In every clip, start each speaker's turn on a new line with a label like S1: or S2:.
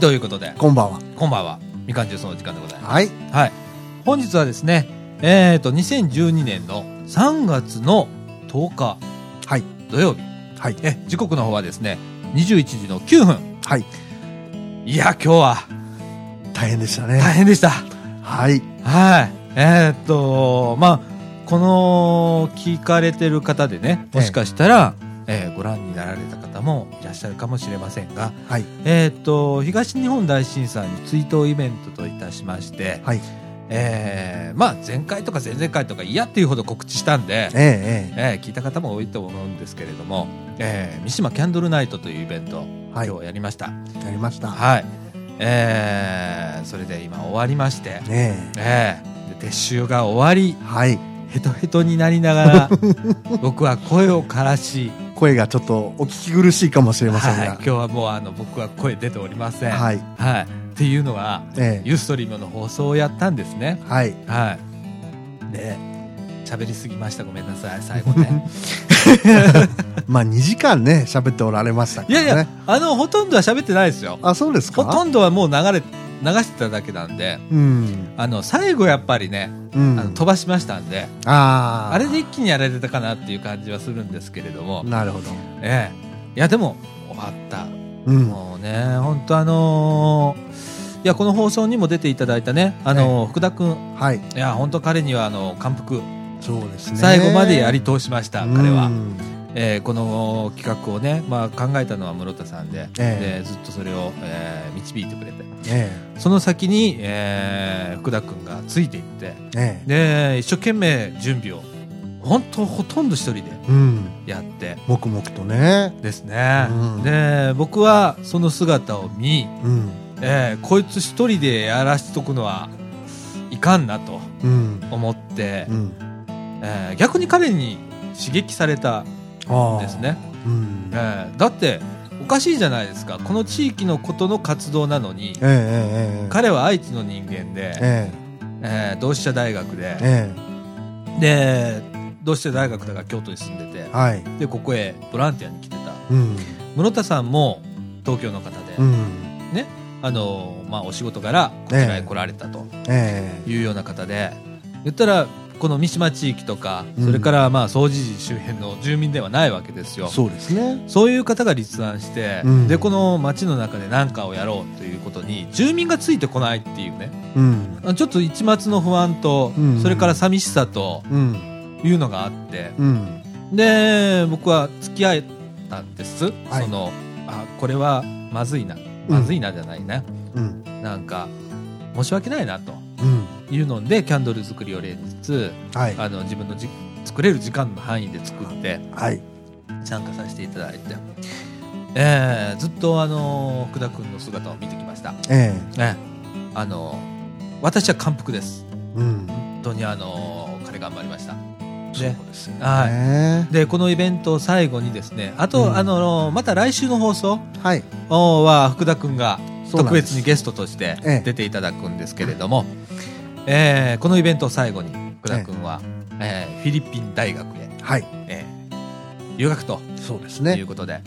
S1: ということで、
S2: こんばんは。
S1: こんばんは。みかんジュースのお時間でございま
S2: はい。
S1: す。はい。本日はですね、えっ、と、2012年の3月の10日
S2: はい。
S1: 土曜日。
S2: はい。
S1: え、時刻の方はですね、21時の9分。
S2: はい。
S1: いや、今日は
S2: 大変でした
S1: 大
S2: ね。
S1: 変でした。
S2: はい。
S1: はい。えーっと、まあ、この、聞かれてる方でね、もしかしたら、えーご覧になられた方もいらっしゃるかもしれませんが、
S2: はい。
S1: えーっと、東日本大震災の追悼イベントといたしまして、
S2: はい。
S1: えーまあ、前回とか前々回とか嫌っていうほど告知したんで、
S2: えええ
S1: えー聞いた方も多いと思うんですけれども、えー三島キャンドルナイトというイベント、
S2: えはい。
S1: 今日やりました。
S2: やりました。
S1: はい。えーそれで今終わりまして、
S2: ね
S1: ええで撤収が終わり
S2: え。はい。
S1: ヘトヘトになりな がら僕は声を枯らし、
S2: 声がちょっとお聞き苦しいかもしれません
S1: はい、
S2: が
S1: 今。日はもうあの僕は声出ておりません、はい
S2: はい。
S1: っていうのは
S2: ええ。
S1: ユーストリームの放送をやったんですね
S2: はい。
S1: はいで 喋りすぎましたごめんなさい最 後ね
S2: まあ、2時間ね、喋っておられましたか
S1: い
S2: ら
S1: や
S2: ね。
S1: いやあのほとんどは喋ってないですよ
S2: あ、そうです
S1: ほ
S2: か
S1: とんどはもう流れ流してただけなんで
S2: うん。
S1: あの最後やっぱりね、
S2: うん。
S1: あの飛ばしましたんで
S2: あー
S1: あれで一気にやられたかなっていう感じはするんですけれども、
S2: なるほど。
S1: ええ、いやでも終わった、
S2: うん。
S1: もうね本当あのーいやこの放送にも出ていただいたねあのー福田君
S2: はい。
S1: いや本当彼にはあの感服
S2: そうですね。
S1: 最後までやり通しました、彼
S2: う
S1: は、
S2: ん
S1: えーこの企画をね、まあ、考えたのは室田さんで,、
S2: え
S1: でずっとそれを、えー導いてくれて
S2: え
S1: その先に、えー福田君がついていって
S2: え。ええ。
S1: で一生懸命準備を本当ほとんど一人で
S2: うん。
S1: やって
S2: 黙々とね。
S1: ですね、
S2: うん
S1: で僕はその姿を見、
S2: うん。
S1: えーこいつ一人でやらしとくのはいかんなと
S2: うん。
S1: 思って、
S2: うん。
S1: えー逆に彼に刺激された、
S2: ああ
S1: ですね。
S2: うん。
S1: えーだっておかしいじゃないですかこの地域のことの活動なのに
S2: ええええええ。
S1: 彼は愛知の人間で、え
S2: え
S1: ー同志社大学で、
S2: ええ
S1: で同志社大学だから京都に住んでて
S2: え。はい。
S1: でここへボランティアに来てた
S2: うん。
S1: 室田さんも東京の方で、
S2: うん。
S1: あのまあ、お仕事からこちらへ来られたと
S2: え
S1: いうような方で、言ったらこの三島地域とか、
S2: うん
S1: それからまあ総知事周辺の住民ではないわけです
S2: え。
S1: よ。
S2: そうですね。
S1: そういう方が立案して、
S2: うん
S1: でこの町の中で何かをやろうということに住民がついてこないっていうね
S2: うん。
S1: ちょっと一抹の不安と、
S2: うん
S1: それから寂しさと
S2: うん。
S1: いうのがあって
S2: うん。
S1: で僕は付き合えたんです、
S2: はい
S1: そのあこれはまずいなまずいなじゃないね、
S2: うん。
S1: なんか申し訳ないなと
S2: うん。
S1: いうのでキャンドル作りを連日
S2: はい。
S1: あの自分のじ作れる時間の範囲で作って
S2: はい。
S1: 参加させていただいて、えーずっとあの福田君の姿を見てきました、
S2: え
S1: ええあの私は感服です
S2: え。うん。
S1: 本当にあの彼頑張りました
S2: そう
S1: で
S2: ですね。
S1: はい
S2: い。
S1: でこのイベントを最後にですねあと、
S2: うん
S1: あのまた来週の放送
S2: はい。
S1: は福田君が
S2: そうな
S1: 特
S2: んです
S1: 別にゲストとして
S2: ええ
S1: 出ていただくんですけれども、えーこのイベントを最後に福田君は、えーフィリピン大学へ、
S2: はい。
S1: えー留学と
S2: そうです
S1: い
S2: ね
S1: う。ことで、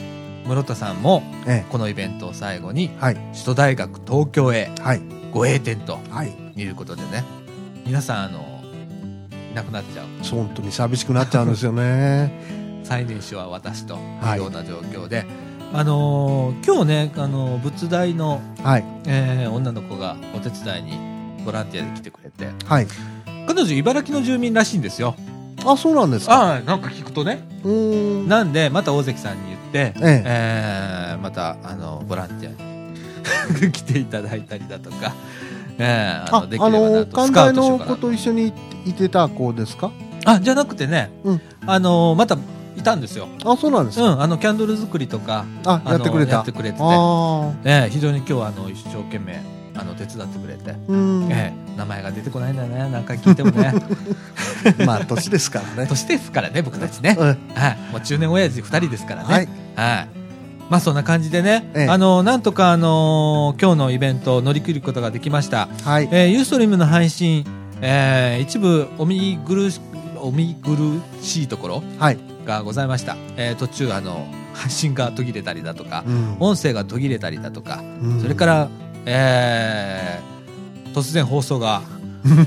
S1: 室田さんも
S2: え
S1: このイベントを最後に
S2: え。はい。
S1: 首都大学東京へ
S2: はい。
S1: ご栄転と
S2: はい。
S1: いうことでね皆さんあのいなくなっちゃう
S2: そう本当に寂しくなっちゃうんですよね。
S1: 最年少は私とい
S2: はいう
S1: ような状況で、あのー今日ね、あのー仏大の、
S2: はい。
S1: えー女の子がお手伝いにボランティアで来てくれて
S2: はい。
S1: 彼女茨城の住民らしいんですよ
S2: あ、そうなんですか。
S1: ああなんか聞くとね
S2: うーん。
S1: なんでまた大関さんに言って、
S2: ええ。
S1: えーまたあのボランティアに来ていただいたりだとか、えーあ
S2: あ
S1: ので、き
S2: あ
S1: ればな
S2: の、
S1: と
S2: 関
S1: スカウトし
S2: 西
S1: よう
S2: の
S1: か
S2: 子
S1: なと
S2: と一緒にいてた子ですか
S1: あじゃなくてね、
S2: うん
S1: あのーまたいたんですよ、
S2: あ、そうなんです
S1: う
S2: か。
S1: ん、あのキャンドル作りとか
S2: あ、
S1: あの
S2: やってくれ
S1: や
S2: た。
S1: ってくれてて
S2: ああ。
S1: ええ非常に今日はあの一生懸命あの手伝ってくれて、
S2: うん。
S1: ええ名前が出てこないんだよね何回聞いても ね
S2: まあ、年ですからね。
S1: 年ですからね僕たちね、
S2: うん
S1: はい、もう中年親父二人ですからね
S2: はい。
S1: はいまあそんな感じでね、
S2: ええ
S1: あのなんとかあの今日のイベントを乗り切ることができました、
S2: はい。
S1: えー、ユーストリームの配信、えー一部お見苦しお見苦しいところ
S2: はい。
S1: がございました、えー途中あの配信が途切れたりだとか
S2: うん
S1: 音声が途切れたりだとか
S2: うん
S1: それからえー突然放送 が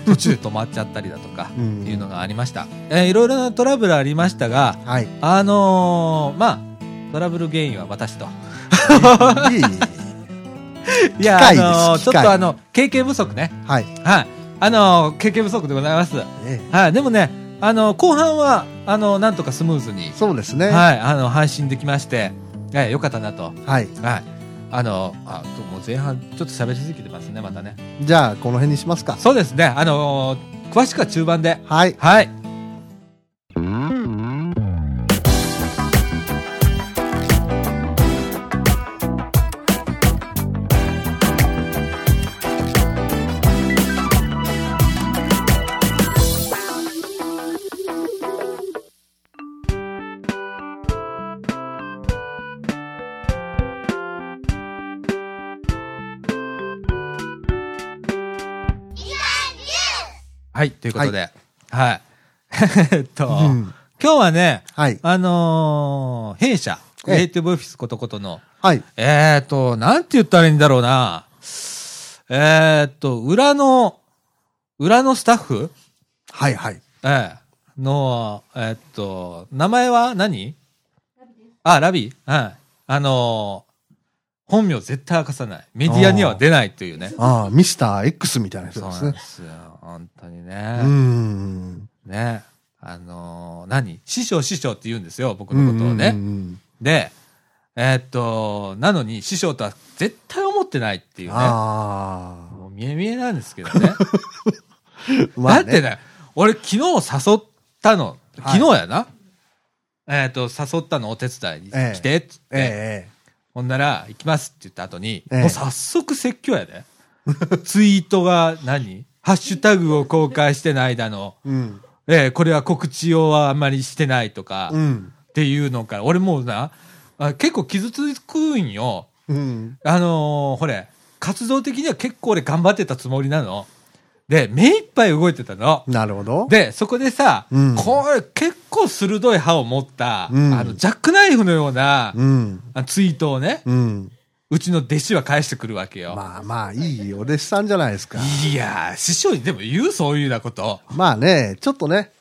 S1: 途中止まっちゃったりだとか
S2: うん
S1: いうのがありました、えーいろいろなトラブルありましたが
S2: はい。い
S1: あのーまあトラブル原因は私と
S2: えい
S1: いや
S2: 機械です
S1: あのー
S2: 機
S1: ちょっ
S2: 械
S1: とあの経験不足ね
S2: えはい。
S1: はいあのー経験不足でございます
S2: え
S1: はいでもねあのー後半はあのーなんとかスムーズに
S2: えそうですね。は
S1: はい、あの配信できまして、えー、よかったなと、
S2: い。
S1: はい、あのあともう前半ちょっと喋りすぎてますねまたね
S2: じゃあ、この辺にしますか。
S1: そうですねあのー詳しくは中盤で
S2: はい。
S1: はいはいということではい、 えっと、
S2: うん
S1: 今日はね
S2: はい。
S1: あのー弊社ク
S2: ええ
S1: リエイティブオフィスことことの
S2: はい。
S1: えっ、ー、となんて言ったらいいんだろうなえっ、ー、と裏の裏のスタッフ
S2: はい。はい。
S1: ええ、の、えっと、名前は何あ、ラビはい。あのー本名絶対明かさない。メディアには出ないというね。
S2: ああ、ミスター X みたいな人
S1: そうな
S2: です
S1: ん
S2: ね
S1: で。すよ。本当に
S2: う
S1: ね
S2: ー。ん。
S1: ね。あのー何師匠師匠って言うんですよ、僕
S2: うん
S1: のことを
S2: うん
S1: ね。
S2: うん
S1: で、えっと、なのに師匠とは絶対思ってないっていうね。
S2: あ
S1: もう見え見えなんですけどね。
S2: あ。 まあ
S1: だってね、俺昨日誘ったの、
S2: は
S1: 昨
S2: い
S1: 日やな。えっ、と、誘ったのお手伝いに
S2: ええ
S1: 来てっつって、
S2: え
S1: ほんなら行きますって言った後に、
S2: ええ
S1: もう早速説教やで。 ツイートが何ハッシュタグを公開してないだの、
S2: え。うん。
S1: ええこれは告知をあんまりしてないとか、
S2: う
S1: っ
S2: ん。
S1: ていうのから、俺もうな、あ結構傷つくんよ。
S2: うん。
S1: あのーほれ、活動的には結構俺頑張ってたつもりなの。で、目いっぱい動いてたの。
S2: なるほど。
S1: で、そこでさ、
S2: うん
S1: これ結構鋭い歯を持った、
S2: うん
S1: あの、ジャックナイフのような、
S2: うん。
S1: あツイートをね、
S2: うん。
S1: うちの弟子は返してくるわけよ。
S2: まあまあ、いいお弟子さんじゃないですか。
S1: いやー、師匠にでも言うそういうようなこと。
S2: まあね、ちょっとね、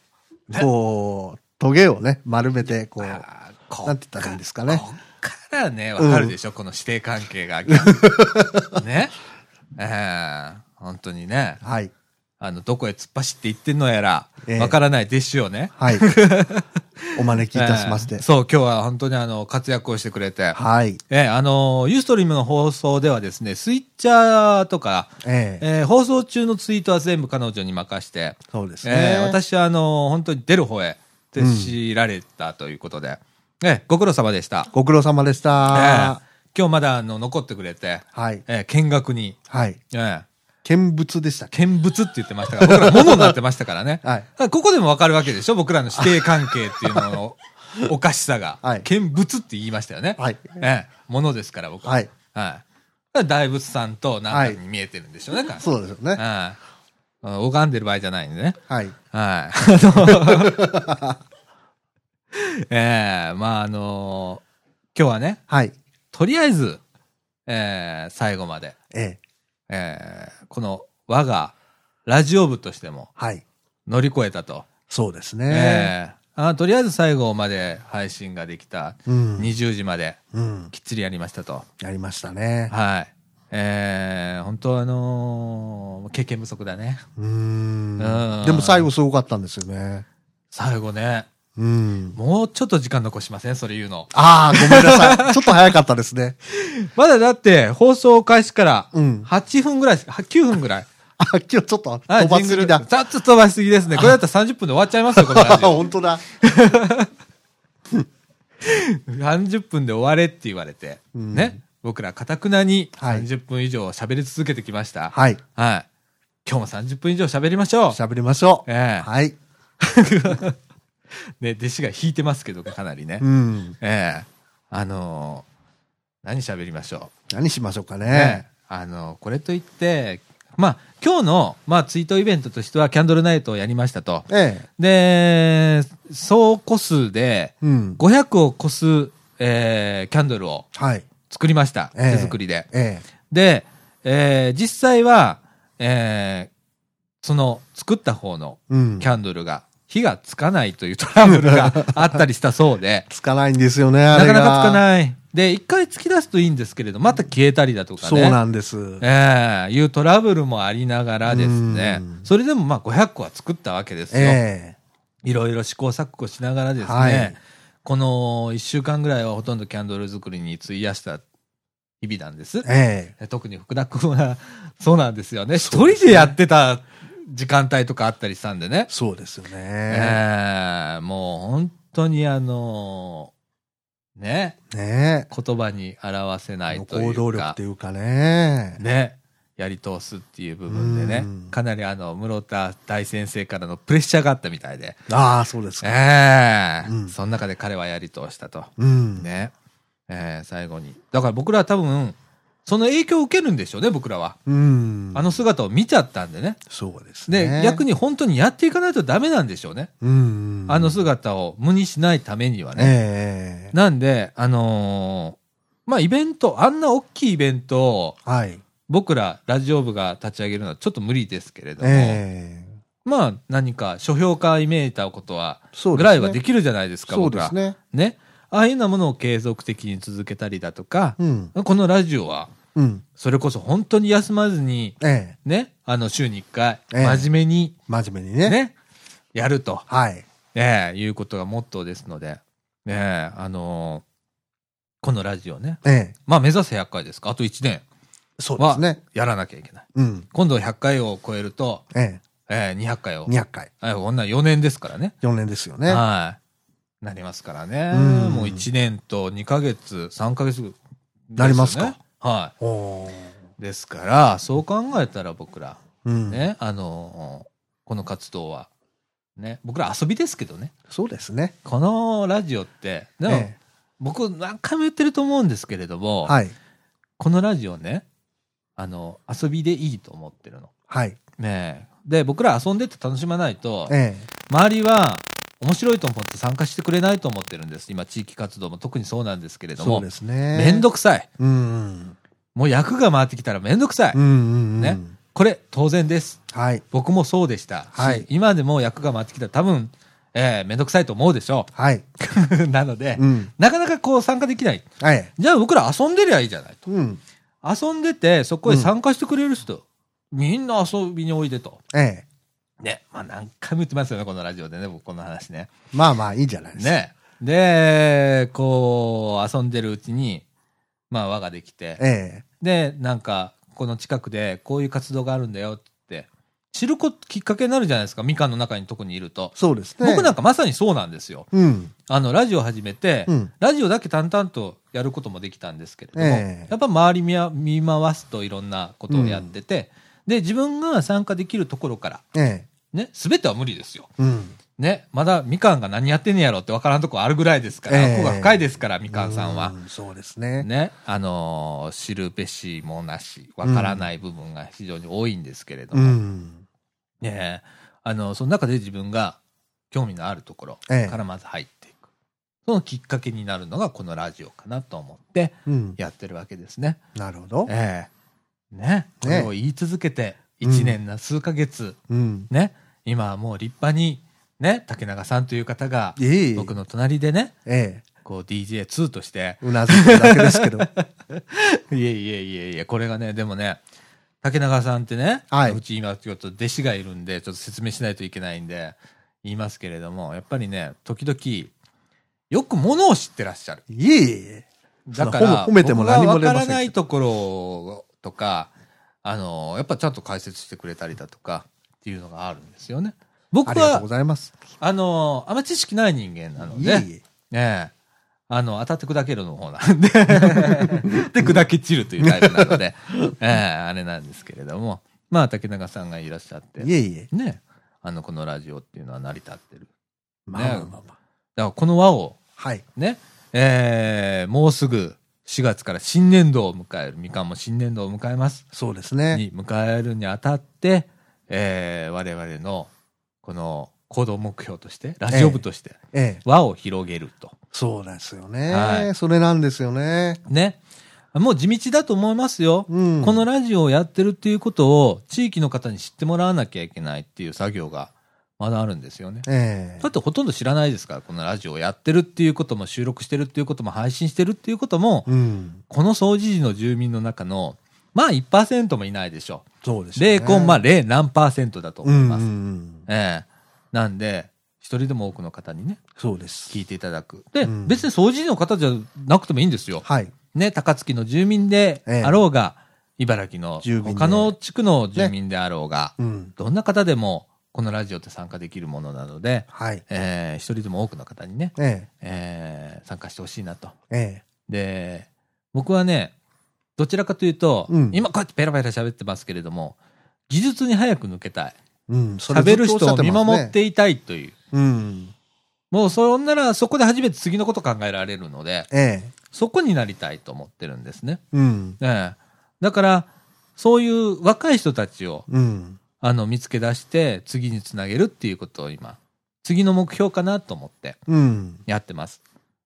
S2: こう、トゲをね、丸めて、こう、
S1: あーこ
S2: なんて言ったらいいんですかね
S1: こっからね、わかるでしょ、この師弟関係 が。ね。えー本当にね、
S2: はい、
S1: あの、どこへ突っ走って行ってんのやら
S2: ええ、
S1: わからない弟子をね。
S2: はい。お招きいたしまし
S1: え
S2: て
S1: ー。そう、今日は本当にあの、活躍をしてくれて。
S2: はい。
S1: ええあのユーストリームの放送ではですね、スイッチャーとか、
S2: ええ
S1: ええ放送中のツイートは全部彼女に任して、
S2: そうです
S1: え
S2: ね
S1: え。私はあの本当に出る方へ徹しられたということで、ええご苦労様でした。
S2: ご苦労様でし
S1: ええ
S2: た。
S1: 今日まだあの残ってくれて、
S2: はい。
S1: ええ見学に、
S2: はい。
S1: ええ
S2: 見物でしたっけ
S1: 見物って言ってましたから、僕ら物になってましたからね。
S2: はい
S1: だからここでもわかるわけでしょ僕らの師弟関係っていうののおかしさが。
S2: はい
S1: 見物って言いましたよね。
S2: はい
S1: ええ、ものですから僕は。
S2: はい。
S1: はい。大仏さんとなんかに見えてるんでしょうね。彼
S2: そうですよね。
S1: はいうん拝んでる場合じゃないんでね。
S2: はい。
S1: はい。あのええまああの今日はね、
S2: はい。
S1: とりあえず、ええ最後まで、
S2: ええ。
S1: ええこの我がラジオ部としても
S2: はい。
S1: 乗り越えたと。
S2: そうです
S1: え
S2: ね。
S1: えあとりあえず最後まで配信ができた
S2: うん。
S1: 20時まで
S2: うん。
S1: きっちりやりましたと。
S2: やりましたね。
S1: はい。えー、本当あのー経験不足だね。
S2: う
S1: うん
S2: ん。でも最後すごかったんですよね。
S1: 最後ね、
S2: うん。
S1: もうちょっと時間残しませんそれ言うの。
S2: ああ、ごめんな さい。ちょっと早かったですね。
S1: まだだって、放送開始から、
S2: うん
S1: 8分ぐらい、は9分ぐらい。
S2: あ、今日ちょっと飛
S1: あ
S2: ばすぎ
S1: ジングル
S2: だ。
S1: ざっと飛ばしすぎですね。これだったら30分で終わっちゃいますよ、このラジオ。
S2: 本当だ。
S1: 30分で終われって言われて、
S2: うん
S1: ね。僕ら、かたくなに
S2: はい
S1: 30分以上喋り続けてきました。はい。
S2: はい。
S1: 今日も30分以上喋りましょう。
S2: 喋りましょう。
S1: ええ
S2: はい。
S1: ね、弟子が引いてますけど、かなりね。
S2: うん。
S1: ええあのー何喋りましょ
S2: 何しましょうか
S1: う。
S2: ね。
S1: あのーこれといって、まあ、今日の、まあ、ツイートイベントとしては、キャンドルナイトをやりましたと。
S2: ええ。
S1: で、総個数で、
S2: うん。
S1: 500を超す、えーキャンドルを
S2: はい。
S1: 作りました。
S2: ええ
S1: 手作りで。
S2: ええ。
S1: で、えー実際は、えーその作った方の
S2: うん
S1: キ。ャンドルが火がつかないというトラブル があったりしたそうで、
S2: つかないんですよね、あ
S1: な
S2: れ
S1: か
S2: が。
S1: なかつか
S2: い。
S1: ない。で、一回突き出すといいんですけれど、また消えたりだとかね。
S2: そうなんです。
S1: ええいうトラブルもありながらですね
S2: うん。
S1: それでもまあ500個は作ったわけですよ。
S2: え
S1: いろいろ試行錯誤しながらですね、
S2: はい
S1: この1週間ぐらいはほとんどキャンドル作りに費やした日々なんです
S2: え。。え
S1: え特に福田君は そうなんですよね。一人でやってた時間帯とかあったりしたんでね
S2: え。。そうですよね。
S1: ええもう本当にあのね、
S2: ね
S1: 言葉に表せな
S2: え。
S1: いとい
S2: 行動
S1: う
S2: 力っ
S1: か
S2: て、いうかね。
S1: ね、やり通すっていう部分でね
S2: うん、
S1: かなりあの、室田大先生からのプレッシャーがあったみたいで、
S2: ああ、そうですか。
S1: ええ
S2: うん
S1: その中で彼はやり通したと。
S2: うん。
S1: ね。ええ最後に。だから僕らは多分、その影響を受けるんでしょうね、僕らは。
S2: うん。
S1: あの、姿を見ちゃったんでね。
S2: そうです
S1: で、
S2: ね。
S1: 逆
S2: に、
S1: に本当にやっていかないとダメなんでしょうね。
S2: うん。
S1: あの姿を無にしないためにはね。
S2: ええ。
S1: なんで、あのーまあ、イベント、あんな大きいイベントを、
S2: はい。
S1: 僕らラジオ部が立ち上げるのはちょっと無理ですけれども、
S2: ええ。
S1: まあ、何か書評家イメーターことは、
S2: そう
S1: ぐ
S2: ですね
S1: らいはできるじゃないですか、
S2: そう
S1: 僕
S2: で
S1: ら
S2: す。ね。
S1: ね。ああいうようなものを継続的に続けたりだとか、
S2: うん。
S1: このラジオは、
S2: うん。
S1: それこそ本当に休まずに、
S2: ええ。
S1: ね、あの、週に1回、
S2: ええ
S1: 真面目に、
S2: 真面目に
S1: ね、
S2: ね。
S1: やると、
S2: はい。
S1: ね、いうことがモットーですので、ね、あのーこのラジオね、
S2: ええ。
S1: まあ、目指せ100回ですか、あと1年
S2: そうで
S1: は
S2: すね。、
S1: やらなきゃいけない。
S2: うん。
S1: 今度100回を超えると、
S2: え
S1: えー200回
S2: え。
S1: を、
S2: 200回。
S1: はいこんな4年ですからね。
S2: 4年ですよね。
S1: はい。なりますからね。
S2: うん
S1: もう1年と2ヶ月、3ヶ月、
S2: なりますか。
S1: は
S2: おー
S1: い。ですから、そう考えたら僕ら、
S2: うん。
S1: ね、あの、この活動は、ね、僕ら遊びですけどね、
S2: そうですね。
S1: このラジオって、でも、
S2: え
S1: 僕何回も言ってると思うんですけれど
S2: え
S1: も、
S2: はい。
S1: このラジオね、あの、遊びでいいと思ってるの。
S2: はい。
S1: ねえで、僕ら遊んでて楽しまないと、
S2: え
S1: 周りは面白いと思って参加してくれないと思ってるんです。今、地域活動も特にそうなんですけれ
S2: え。
S1: ど
S2: そう
S1: も
S2: で、すね。
S1: めんど
S2: く
S1: くさい。
S2: うん。
S1: もう役が回ってきたらめんどくさい。
S2: うんうん。
S1: ね。これ、当然です。
S2: はい。
S1: 僕もそうでしたし。
S2: はい
S1: 今でも役が回ってきたら多分、えー、めんどくさいと思うでしょ
S2: はい。
S1: う。なので、
S2: うん。
S1: なかなかこう参加できない。
S2: はい。
S1: じゃあ僕ら遊んでりゃいいじゃないと。
S2: うん。
S1: 遊んでて、そこへ参加してくれる人、みんな遊びにおいでと。
S2: ええ。
S1: ね。まあ何回も言ってますよね、このラジオでね、僕この話ね。
S2: まあまあいいんじゃないですか。
S1: ね。で、こう、遊んでるうちに、まあ輪ができて、
S2: え
S1: でなんかこの近くでこういう活動があるんだよって知るこきっかけになるじゃないですかみかんの中に特にいると
S2: え。、そうですね。
S1: 僕なん
S2: か。
S1: かまさにそうなんですよ
S2: うん。
S1: あのラジオ始めて、
S2: うん。
S1: ラジオだけ淡々とやることもできたんですけれども、
S2: ええ
S1: やっぱ周り見や見回すといろんなことをやってて、で自分が参加できるところから
S2: ええ。
S1: ね全ては無理ですよ
S2: うん。
S1: ねまだみかんが何やってんねやろってわからんとこあるぐらいですから、
S2: ええ
S1: ここが深いですからみかんさんは、
S2: う。そうですね。
S1: ね、あのー知るべしもなし、わからない部分が非常に多いんですけれど
S2: う
S1: も、
S2: ん。
S1: ねあのその中で自分が興味のあるところ
S2: ええ
S1: からまず入っていく。そのきっかけになるのがこのラジオかなと思って
S2: うん。
S1: やってるわけですね。
S2: なるほど。
S1: ええね、これを言い続けて、1年な数ヶ月、
S2: うん。
S1: ね、今はもう立派に、ね、竹永さんという方が、
S2: いえいえ。
S1: 僕の隣でね、
S2: ええ。
S1: こう DJ2 として、
S2: うなずくだけですけど。
S1: いえいえいえいえ、これがね、でもね、竹中さんってね、
S2: はいう
S1: ち今ちょっと弟子がいるんで、ちょっと説明しないといけないんで、言いますけれども、やっぱりね、時々、よくものを知ってらっしゃる。
S2: いえいえ。
S1: だから、
S2: そんな褒め褒めても何も
S1: 僕がわか
S2: 出ませ
S1: ら
S2: んけど
S1: ないところとか、あの、やっぱちゃんと解説してくれたりだとか、っていうのがあるんですよね。僕
S2: ありがとう
S1: は
S2: ご、ざいます。
S1: あの、あんま知識ない人間なの
S2: いえ
S1: で、
S2: いえ。
S1: ねえ。あの、当たって砕けるの方なんで。 で、砕け散るというタイプなので、ええあれなんですけれども。まあ、竹中さんがいらっしゃって、
S2: いえいえ。
S1: ね、あの、このラジオっていうのは成り立ってる。
S2: まあまあまあまあ。
S1: だから、この輪を、
S2: はい。
S1: ね、えーもうすぐ4月から新年度を迎える、みかんも新年度を迎えます。
S2: そうですね。
S1: に迎えるにあたって、えー我々の、この行動目標として、ラジオ部として、
S2: ええ。
S1: 輪を広げると。
S2: そうですよ
S1: は
S2: ね。
S1: い
S2: それなんですよね。
S1: ね。もう地道だと思いますよ。
S2: うん
S1: このラジオをやってるっていうことを地域の方に知ってもらわなきゃいけないっていう作業がまだあるんですよね。
S2: ええ
S1: だってほとんど知らないですから、このラジオをやってるっていうことも収録してるっていうことも配信してるっていうことも、
S2: うん。
S1: この掃除時の住民の中の、まあ1%もいないでしょ
S2: そうで
S1: う。
S2: す
S1: 0コンマ0何パーセントだと
S2: う
S1: 思い
S2: ん、う
S1: ます。
S2: ん。
S1: ええなんで、一人でも多くの方にね、
S2: そうです。
S1: 聞いていただく。で、
S2: うん
S1: 別に掃除時の方じゃなくてもいいんですよ。
S2: はい。
S1: ね、高槻の住民で
S2: ええ
S1: あろうが、茨城の
S2: 住民で
S1: 他の地区の住民であろうが、
S2: うん。
S1: どんな方でもこのラジオって参加できるものなので、
S2: はい。
S1: えー一人でも多くの方にね、
S2: え
S1: えー参加してほしいなと。
S2: ええ
S1: で、僕はね、どちらかというと、
S2: うん
S1: 今こうやってペラペラ喋ってますけれども、技術に早く抜けたい。
S2: えうん。それず
S1: 喋
S2: っと
S1: る
S2: おっ
S1: 人
S2: しゃ
S1: を
S2: てますね
S1: 見守っ。ていたいという。
S2: うん。
S1: もうそんならそこで初めて次のこと考えられるので、
S2: ええ
S1: そこになりたいと思ってるんですね。
S2: うん。
S1: ええ、だから、そういう若い人たちを
S2: うん。
S1: あの見つけ出して、次につなげるっていうことを今、次の目標かなと思って
S2: うん。
S1: やってます。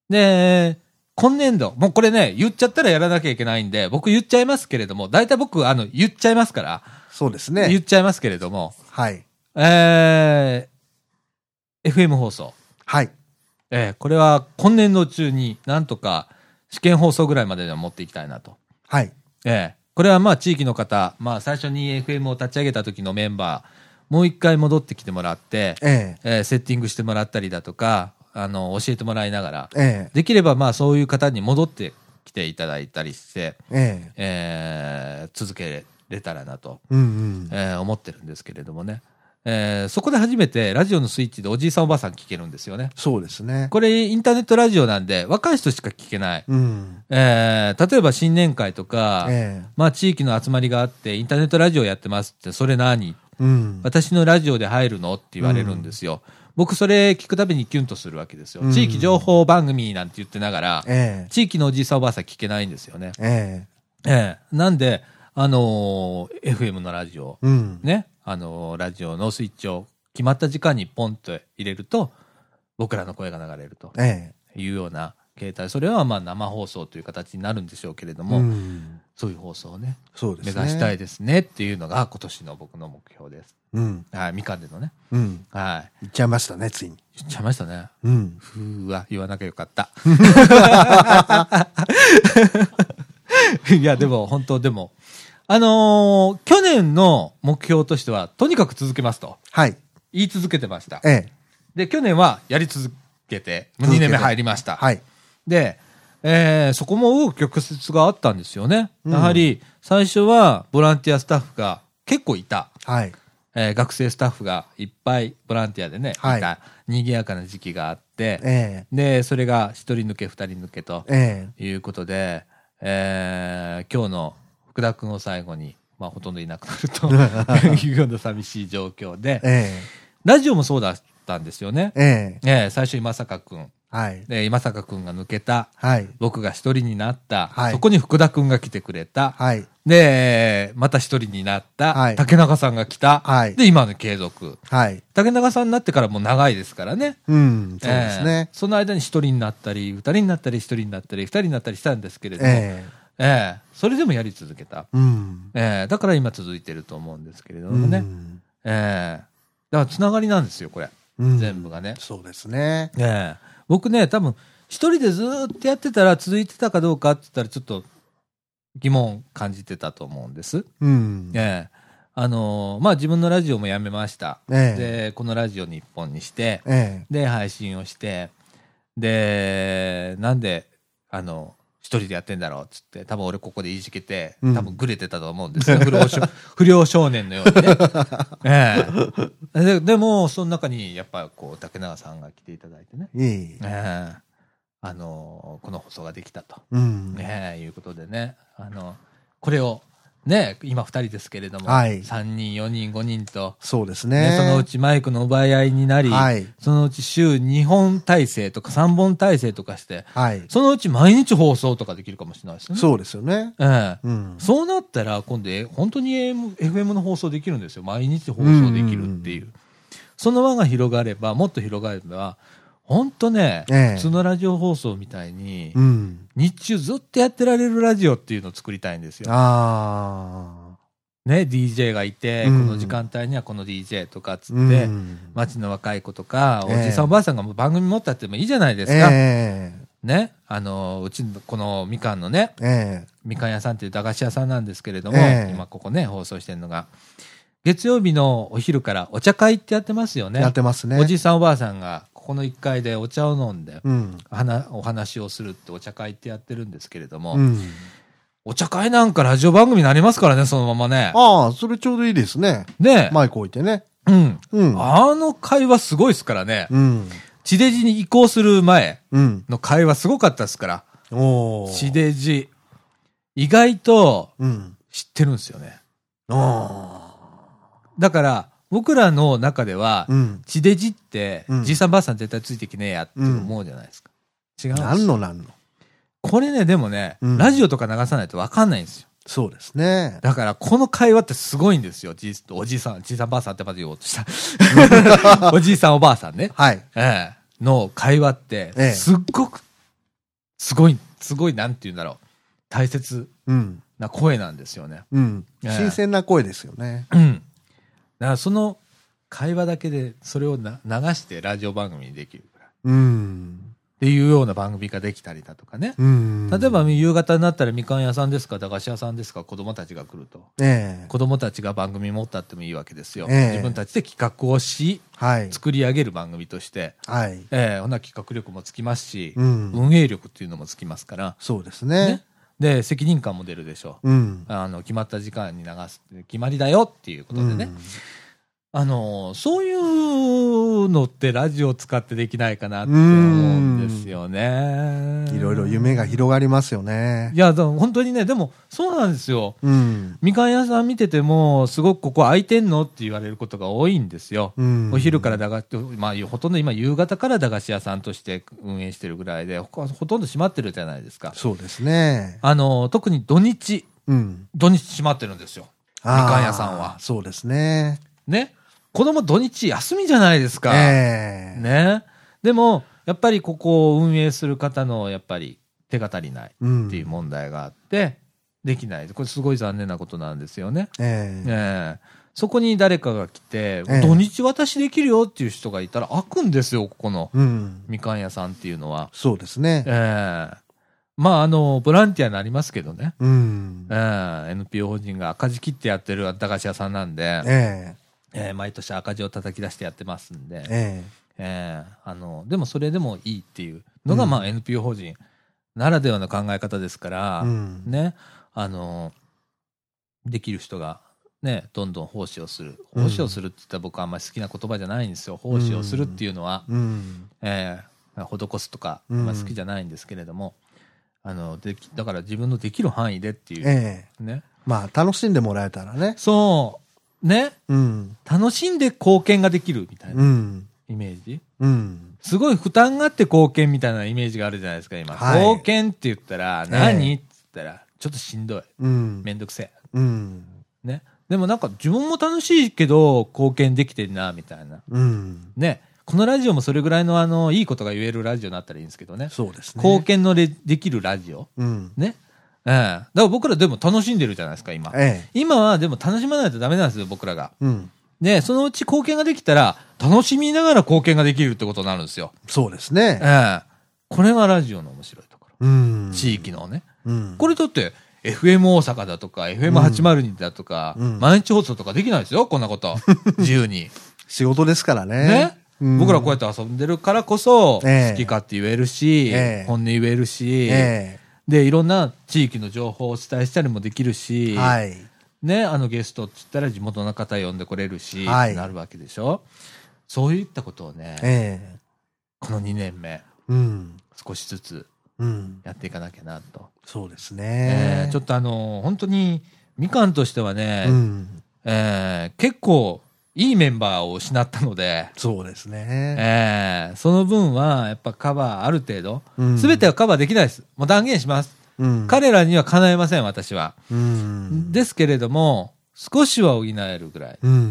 S1: で、今年度、もうこれね、言っちゃったらやらなきゃいけないんで、僕言っちゃいますけれども、大体僕、あの、言っちゃいますから、
S2: そうです
S1: 言
S2: ね
S1: っ。ちゃいますけれども、
S2: はい。
S1: えー FM 放送、
S2: はい。
S1: えーこれは今年度中になんとか試験放送ぐらいまでには持っていきたいなと
S2: はい。
S1: ええ、これはまあ地域の方、まあ、最初に FM を立ち上げた時のメンバーもう一回戻ってきてもらって、え
S2: え
S1: えセッティングしてもらったりだとかあの教えてもらいながら
S2: ええ
S1: できればまあそういう方に戻ってきていただいたりして、
S2: えええ
S1: ええ続けれたらなと、
S2: うんうん。
S1: ええ思ってるんですけれどもね、ええそこで初めてラジオのスイッチでおじいさんおばあさん聞けるんですよね。
S2: そうですね。
S1: これインターネットラジオなんで若い人しか聞けない、
S2: うん。
S1: ええ例えば新年会とか、
S2: え
S1: まあ、地域の集まりがあって、インターネットラジオやってますって、それ何
S2: えうん。
S1: 私のラジオで入るのって言われるんですよ。僕、それ聞くたびにキュンとするわけですよ
S2: う。ん
S1: 地域情報番組なんて言ってながら、
S2: え
S1: 地域のおじいさんおばあさん聞けないんですよね。
S2: ええ
S1: ええ。なんで、あのー FM のラジオ、
S2: えうん。
S1: ね、あのーラジオのスイッチを決まった時間にポンと入れると、僕らの声が流れると
S2: え
S1: いうような形態。それはまあ生放送という形になるんでしょうけれど
S2: え
S1: も、
S2: ん。
S1: そういう放送をね、
S2: そうで
S1: 目
S2: すね。
S1: 指したいですねっていうのが今年の僕の目標です。
S2: うん。
S1: はい、みかんでのね。
S2: うん。
S1: は
S2: 言っちゃいましたね、ついに。
S1: い。言っちゃいましたね。
S2: うん。
S1: ふーわ、言わなきゃよかった。いや、でも、本当でも、あのー去年の目標としては、とにかく続けますと
S2: はい。
S1: 言い続けてました。
S2: ええ
S1: で、去年はやり続けて、
S2: 続け
S1: 2
S2: て
S1: 年目入りました。
S2: はい。
S1: で、えーそこも大きく曲折があったんですよね。
S2: うん
S1: やはり、最初はボランティアスタッフが結構いた。
S2: はい。
S1: えー学生スタッフがいっぱいボランティアでね、
S2: はい
S1: いた賑やかな時期があって、
S2: え
S1: でそれが1人抜け2人抜けと
S2: ええ
S1: いうことで、えー今日の福田君を最後に、まあ、ほとんどいなくなると いうような寂しい状況で
S2: ええ
S1: ラジオもそうだったんですよね
S2: え、ええ
S1: えー最初今坂君
S2: はい。
S1: で今坂君が抜けた
S2: はい。
S1: 僕が1人になった、
S2: はい
S1: そこに福田君が来てくれた、
S2: はい。
S1: でまた1人になった、
S2: はい
S1: 竹中さんが来た、
S2: はい
S1: で今の継続。
S2: はい。
S1: 竹中さんになってからもう長いですからね。
S2: うん。そうです
S1: ええ
S2: ね。
S1: その間に一人になったり、二人になったり、一人になったり、二人になったりしたんですけれども、え
S2: ええ
S1: えそれでもやり続けた。
S2: うん。
S1: ええだから今続いてると思うんですけれど
S2: う
S1: もね。
S2: ん。
S1: ええだからつながりなんですよ、これ。
S2: うん
S1: 全部がね。
S2: そうですね。
S1: ええ僕ね、多分、一人でずーっとやってたら続いてたかどうかって言ったら、ちょっと疑問感じてたと思うんです。
S2: うん。え
S1: ええあのーまあ自分のラジオもやめました。
S2: え
S1: で、このラジオ日本にして、
S2: え
S1: で、配信をして、で、なんで、あの、一人でやってんだろうっつって、多分俺ここでいじけて、
S2: うん
S1: 多分グレてたと思うんですよ。不良少 不良少年のように ね。ええででも、その中に、やっぱこう、竹永さんが来ていただいてね。
S2: え。いい
S1: ええ。あの、この放送ができたと。
S2: うん。
S1: ねえ、いうことでね。あの、これを、ね、今二人ですけれども、
S2: はい
S1: 三人、四人、五人と、
S2: そうです
S1: ね
S2: ね。
S1: そのうちマイクの奪い合いになり、
S2: はい。
S1: そのうち週2本体制とか3本体制とかして、
S2: はい。
S1: そのうち毎日放送とかできるかもしれないですね。う。
S2: そうですよね。
S1: ええ。
S2: うん。
S1: そうなったら、今度、え本当に AM FM の放送できるんですよ。毎日放送できるっていう。その輪が広がれば、もっと広がれば、ほんとね、
S2: ええ
S1: 普通のラジオ放送みたいに、
S2: うん。
S1: 日中ずっとやってられるラジオっていうのを作りたいんですよ。
S2: あ
S1: ね、DJ がいて、
S2: うん
S1: この時間帯にはこの DJ とかっつ
S2: あ。
S1: って、
S2: うん、
S1: 街の若い子とか、お
S2: ええ
S1: じさんおばあさんがもう番組持ったってもいいじゃないですか。
S2: え
S1: ね。あの、うちのこのみかんのね、
S2: ええ
S1: みかん屋さんっていう駄菓子屋さんなんですけれども、
S2: ええ
S1: 今ここね、放送してるのが。月曜日のお昼からお茶会ってやってますよ
S2: え
S1: ね。
S2: やってますね。
S1: おじいさんおばあさんが、ここの1階でお茶を飲んで、
S2: うん。
S1: はなお話をするってお茶会ってやってるんですけれども、
S2: うん。
S1: お茶会なんかラジオ番組になりますからね、そのままね。
S2: ああ、それちょうどいいですね。
S1: ねえ、
S2: マイク置いてね。
S1: うん。
S2: うん。
S1: あの会話すごいですからね。
S2: うん。
S1: 地デジに移行する前
S2: うん。
S1: の会話すごかったですから。
S2: おー
S1: 地デジ。意外と
S2: うん。
S1: 知ってるんですよね。
S2: あ
S1: だから、僕らの中では
S2: あ。、うん。
S1: 地デジって
S2: う、ん
S1: じいさんばあさん絶対ついてきねえやって思うじゃないですか。違うんです
S2: 何の何の。
S1: これね、でもね、
S2: うん
S1: ラジオとか流さないと分かんないんですよ。
S2: そうですね。
S1: だから、この会話ってすごいんですよ。じいおじいさん、じいさんばあさんってまず言おうとした。 おじいさんおばあさんね。
S2: はい。
S1: ええ、の会話って
S2: え、え
S1: すっごく、すごい、すごい、なんて言うんだろう。大切
S2: うん。
S1: な声なんですよね。
S2: うん。
S1: ええ
S2: 新鮮な声ですよね。
S1: うん。だからその会話だけで、それをな流してラジオ番組にできるぐらい。っ
S2: うん。
S1: ていうような番組ができたりだとかね。
S2: うん。
S1: 例えば、、夕方になったらみかん屋さんですか、駄菓子屋さんですか、子供たちが来ると。
S2: ええ
S1: 子供たちが番組持ったってもいいわけですよ。
S2: ええ
S1: 自分たちで企画をし、
S2: はい。
S1: 作り上げる番組として、
S2: はい。
S1: ええほな企画力もつきますし、
S2: うん。
S1: 運営力っていうのもつきますから、
S2: そうです
S1: ね
S2: ね。、
S1: で責任感も出るでしょう、
S2: うん。
S1: あの決まった時間に流す決まりだよっていうことでね、
S2: うん
S1: あのそういうのってラジオ使ってできないかなって思うんですよね。
S2: いろいろ夢が広がりますよね
S1: い。やでも本当にねでもそうなんですよ
S2: うん。
S1: みかん屋さん見ててもすごくここ空いてんのって言われることが多いんですよ。
S2: うん
S1: お昼から駄菓子、まあ、ほとんど今夕方から駄菓子屋さんとして運営してるぐらいで、他はほとんど閉まってるじゃないですか。
S2: そうですね。
S1: あの、特に土日、
S2: うん。
S1: 土日閉まってるんですよ。み
S2: あー
S1: かん屋さんは。
S2: そうですね。
S1: ね。子供土日休みじゃないですか。
S2: ええ
S1: ね。でも、やっぱりここを運営する方の、やっぱり手が足りない
S2: うん
S1: っていう問題があって、できない。これすごい残念なことなんですよね。
S2: ええ
S1: ええそこに誰かが来て、
S2: ええ
S1: 土日私できるよっていう人がいたら開くんですよ、ここの
S2: うん。
S1: みかん屋さんっていうのは。
S2: そうですね
S1: え。えまあ、あの、ボランティアになりますけどね。
S2: うん。
S1: ええ NPO 法人が赤字切ってやってる駄菓子屋さんなんで、
S2: え
S1: ええ毎年赤字を叩き出してやってますんで
S2: え、え
S1: ええあのでもそれでもいいっていうのが、
S2: うん
S1: まあ、NPO 法人ならではの考え方ですから、
S2: えうん。
S1: ねあのできる人が、ね、どんどん奉仕をする
S2: うん
S1: 奉仕をするって言ったら僕はあんまり好きな言葉じゃないんですよ奉仕をするっていうのは、
S2: うん。
S1: ええ施すとか、
S2: うん
S1: まあ、好きじゃないんですけれども、あのできだから自分のできる範囲でっていう、
S2: ええ
S1: ね、
S2: まあ、楽しんでもらえたらね。
S1: そうね
S2: うん。
S1: 楽しんで貢献ができるみたいな
S2: うん。
S1: イメージ、
S2: うん。
S1: すごい負担があって貢献みたいなイメージがあるじゃないですか、今。
S2: はい
S1: 貢献って言ったら何、
S2: ええ
S1: って言ったら、ちょっとしんどい。
S2: うん。
S1: めんどくせ
S2: うん。
S1: え。ね。でもなんか自分も楽しいけど、貢献できてるな、みたいな。
S2: うん。
S1: ね。このラジオもそれぐらいの、あの、いいことが言えるラジオになったらいいんですけどね。
S2: そうですね。
S1: 貢献のれできるラジオ。
S2: うん。
S1: ね。ええ。だから僕らでも楽しんでるじゃないですか、今。
S2: ええ
S1: 今はでも楽しまないとダメなんですよ、僕らが。
S2: うん。
S1: で、そのうち貢献ができたら、楽しみながら貢献ができるってことになるんですよ。
S2: そうですね。
S1: ええ。これがラジオの面白いところ。
S2: うん。
S1: 地域のね。
S2: うん。
S1: これだって、FM 大阪だとか、FM802 だとか、
S2: うん
S1: 毎日放送とかできないですよ、こんな こと。自由に。
S2: 仕事ですからね。
S1: ね、
S2: うん
S1: 僕らこうやって遊んでるからこそ、
S2: ええ
S1: 好き勝手言えるし、
S2: ええ
S1: 本音言えるし、
S2: え
S1: で、いろんな地域の情報をお伝えしたりもできるし、
S2: えはい。
S1: ね、あのゲストって言ったら地元の方呼んでこれるし、
S2: はい
S1: なるわけでしょ。そういったことをね、
S2: ええ
S1: この2年目、
S2: うん。
S1: 少しずつ
S2: うん。
S1: やっていかなきゃなと。
S2: そうです
S1: え
S2: ね。
S1: ーちょっとあのー本当にみかんとしてはね、
S2: うん。
S1: えー結構いいメンバーを失ったので、
S2: そうですね。
S1: えーその分はやっぱカバーある程度
S2: うん
S1: 全てはカバーできないですもう断言します、
S2: うん。
S1: 彼らには叶えません私は、
S2: うん。
S1: ですけれども少しは補えるぐらい、
S2: うんうんう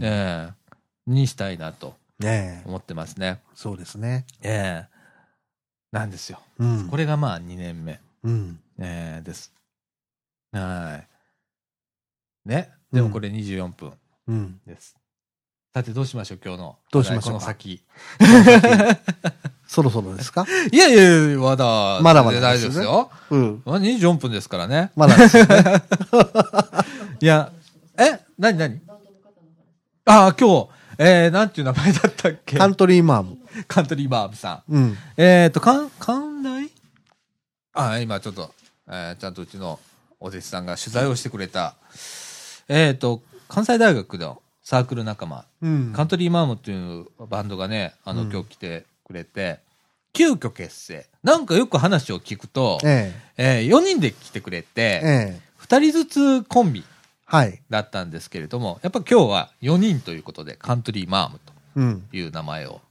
S2: ん。
S1: えーにしたいなと
S2: ねえ。
S1: 思ってますね。
S2: そうですね。
S1: ええなんですよ。
S2: うん。
S1: これがまあ2年目、
S2: うん。
S1: ええです。はい。ね。でもこれ24分
S2: うん。
S1: です。さてどうしましょう今日の。
S2: どうしましょ
S1: この
S2: うか
S1: 先。
S2: そろそ ろですか
S1: いやいやいや、まだ、
S2: まだまだ
S1: 大
S2: です
S1: 丈
S2: よ
S1: 夫ですよ。
S2: ねうん。
S1: まあ24分ですからね。
S2: まだですね。
S1: いや、え何何ああ、今日、えー、なんていう名前だったっけ
S2: カントリーマーム。
S1: カントリーバーブさん。
S2: うん。
S1: えっ、と、かん、関大あ、今ちょっと、えーちゃんとうちのお弟子さんが取材をしてくれた、えっ、と、関西大学のサークル仲間、
S2: うん
S1: カントリーマームっていうバンドがね、あの、
S2: うん
S1: 今日来てくれて、急遽結成。なんかよく話を聞くと、
S2: え
S1: えー、4人で来てくれ
S2: え。
S1: て、
S2: ええ。
S1: 2人ずつコンビ
S2: はい。
S1: だったんですけれども、やっぱ今日は4人ということで、カントリーマームと
S2: うん。
S1: いう名前を、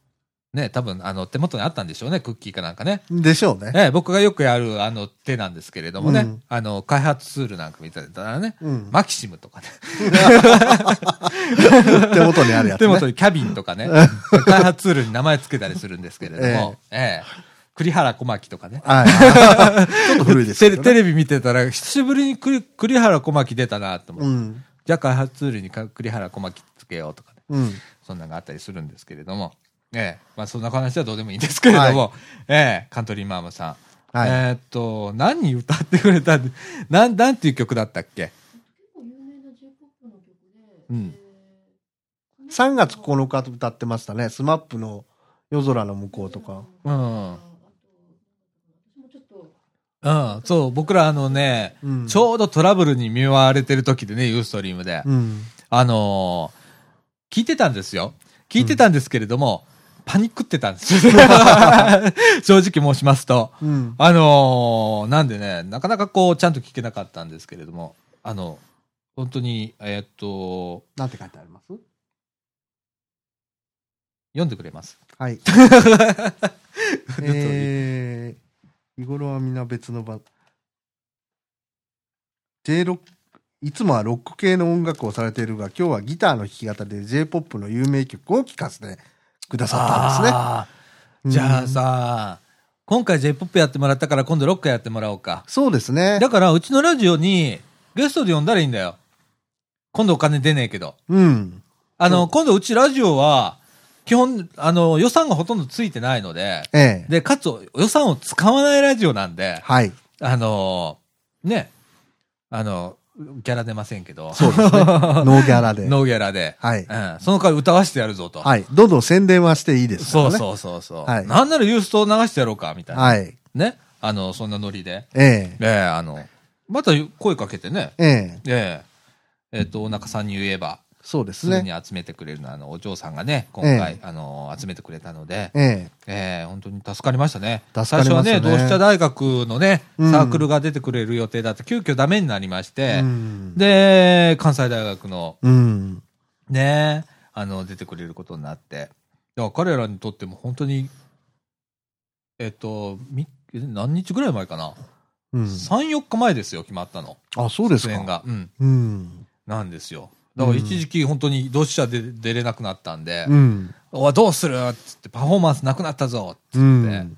S1: ね、多分、あの、手元にあったんでしょうね、クッキーかなんかね。
S2: でしょうね。
S1: ええ、僕がよくやるあの手なんですけれどもね、
S2: うん
S1: あの開発ツールなんか見てたらね、
S2: うん。
S1: マキシムと かね、
S2: 手元にあるやつ
S1: 手
S2: ね。
S1: 元にキャビンとかね、開発ツールに名前つけたりするんですけれど も、ええ栗原小牧とかね。
S2: はい。 ちょっと古いですけ
S1: テ
S2: ど
S1: レ
S2: ね
S1: テレビ見てたら、久しぶりに栗栗原小牧出たなと思って、
S2: うん。
S1: じゃあ開発ツールにか栗原小牧つけようとかね、
S2: うん。
S1: そんなのがあったりするんですけれども、ええまあそんな話はどうでもいいんですけれども、ええカントリーマームさん、
S2: はい
S1: えーっと、何歌ってくれたんで、 なん、なんていう曲だったっけ
S3: 結構有名な J-POP の曲で、
S1: うん
S3: えー
S2: 3月9日歌ってましたね。スマップの夜空の向こうとか。
S1: うん
S3: あと私もちょっと
S1: うん、そう、僕らあのね、
S2: うん
S1: ちょうどトラブルに見舞われてる時でね、ユーストリームで、
S2: うん。
S1: あのー聞いてたんですよ。聞いてたんですけれども、パニックってたんです よ。正直申しますと。
S2: うん。
S1: あのーなんでね、なかなかこう、ちゃんと聞けなかったんですけれども、あの、本当に、えーっと、
S2: なんて書いてあります
S1: 読んでくれます。
S2: はい。えー、日頃は皆別の場。J ロック、いつもはロック系の音楽をされているが、今日はギターの弾き語りで J-POP の有名曲を聴かせてくださったんですね。
S1: あーじゃあさ、今回 J-POP やってもらったから今度ロックやってもらおうか。
S2: そうですね。
S1: だからうちのラジオにゲストで呼んだらいいんだよ。今度お金出ねえけど。
S2: うん。
S1: あの、
S2: う
S1: 今度うちラジオは、基本、あの、予算がほとんどついてないので、
S2: ええ
S1: で、かつ予算を使わないラジオなんで、
S2: はい。
S1: あの、ね、あの、ギャラ出ませんけど、
S2: そ うですね。ノーギャラで。
S1: ノーギャラで、
S2: はい。
S1: うん、その代わり歌わしてやるぞと。
S2: はい。どんどん宣伝はしていいですか
S1: そ
S2: らね。
S1: うそうそうそう。
S2: はい
S1: なんならユーストを流してやろうか、みたいな。
S2: はい。
S1: ね。あの、そんなノリで。
S2: ええ
S1: ええあの、また声かけてね。
S2: ええ
S1: えええっ、と、お中さんに言えば、
S2: そうです
S1: すぐ
S2: ね。
S1: に集めてくれるのは、あの、お嬢さんがね、今回、あの、集めてくれたので、
S2: ええ
S1: ええ本当に助かりましたね。
S2: 助かりましたね
S1: 最初はね、同志社大学のね、
S2: うん
S1: サークルが出てくれる予定だった、急遽ダメになりまして
S2: う、ん、
S1: で、関西大学の
S2: うん。
S1: ね、あの、出てくれることになって。だから彼らにとっても本当に、えっと、み何日ぐらい前かな、
S2: うん。
S1: ?3、4日前ですよ、決まったの。
S2: あ、そうです
S1: 出演が。
S2: か。
S1: うん。
S2: うん。
S1: なんですよ。だから一時期本当に同志社で出れなくなったんで、
S2: うん。
S1: おいどうするっつってパフォーマンスなくなったぞっつって、
S2: うん。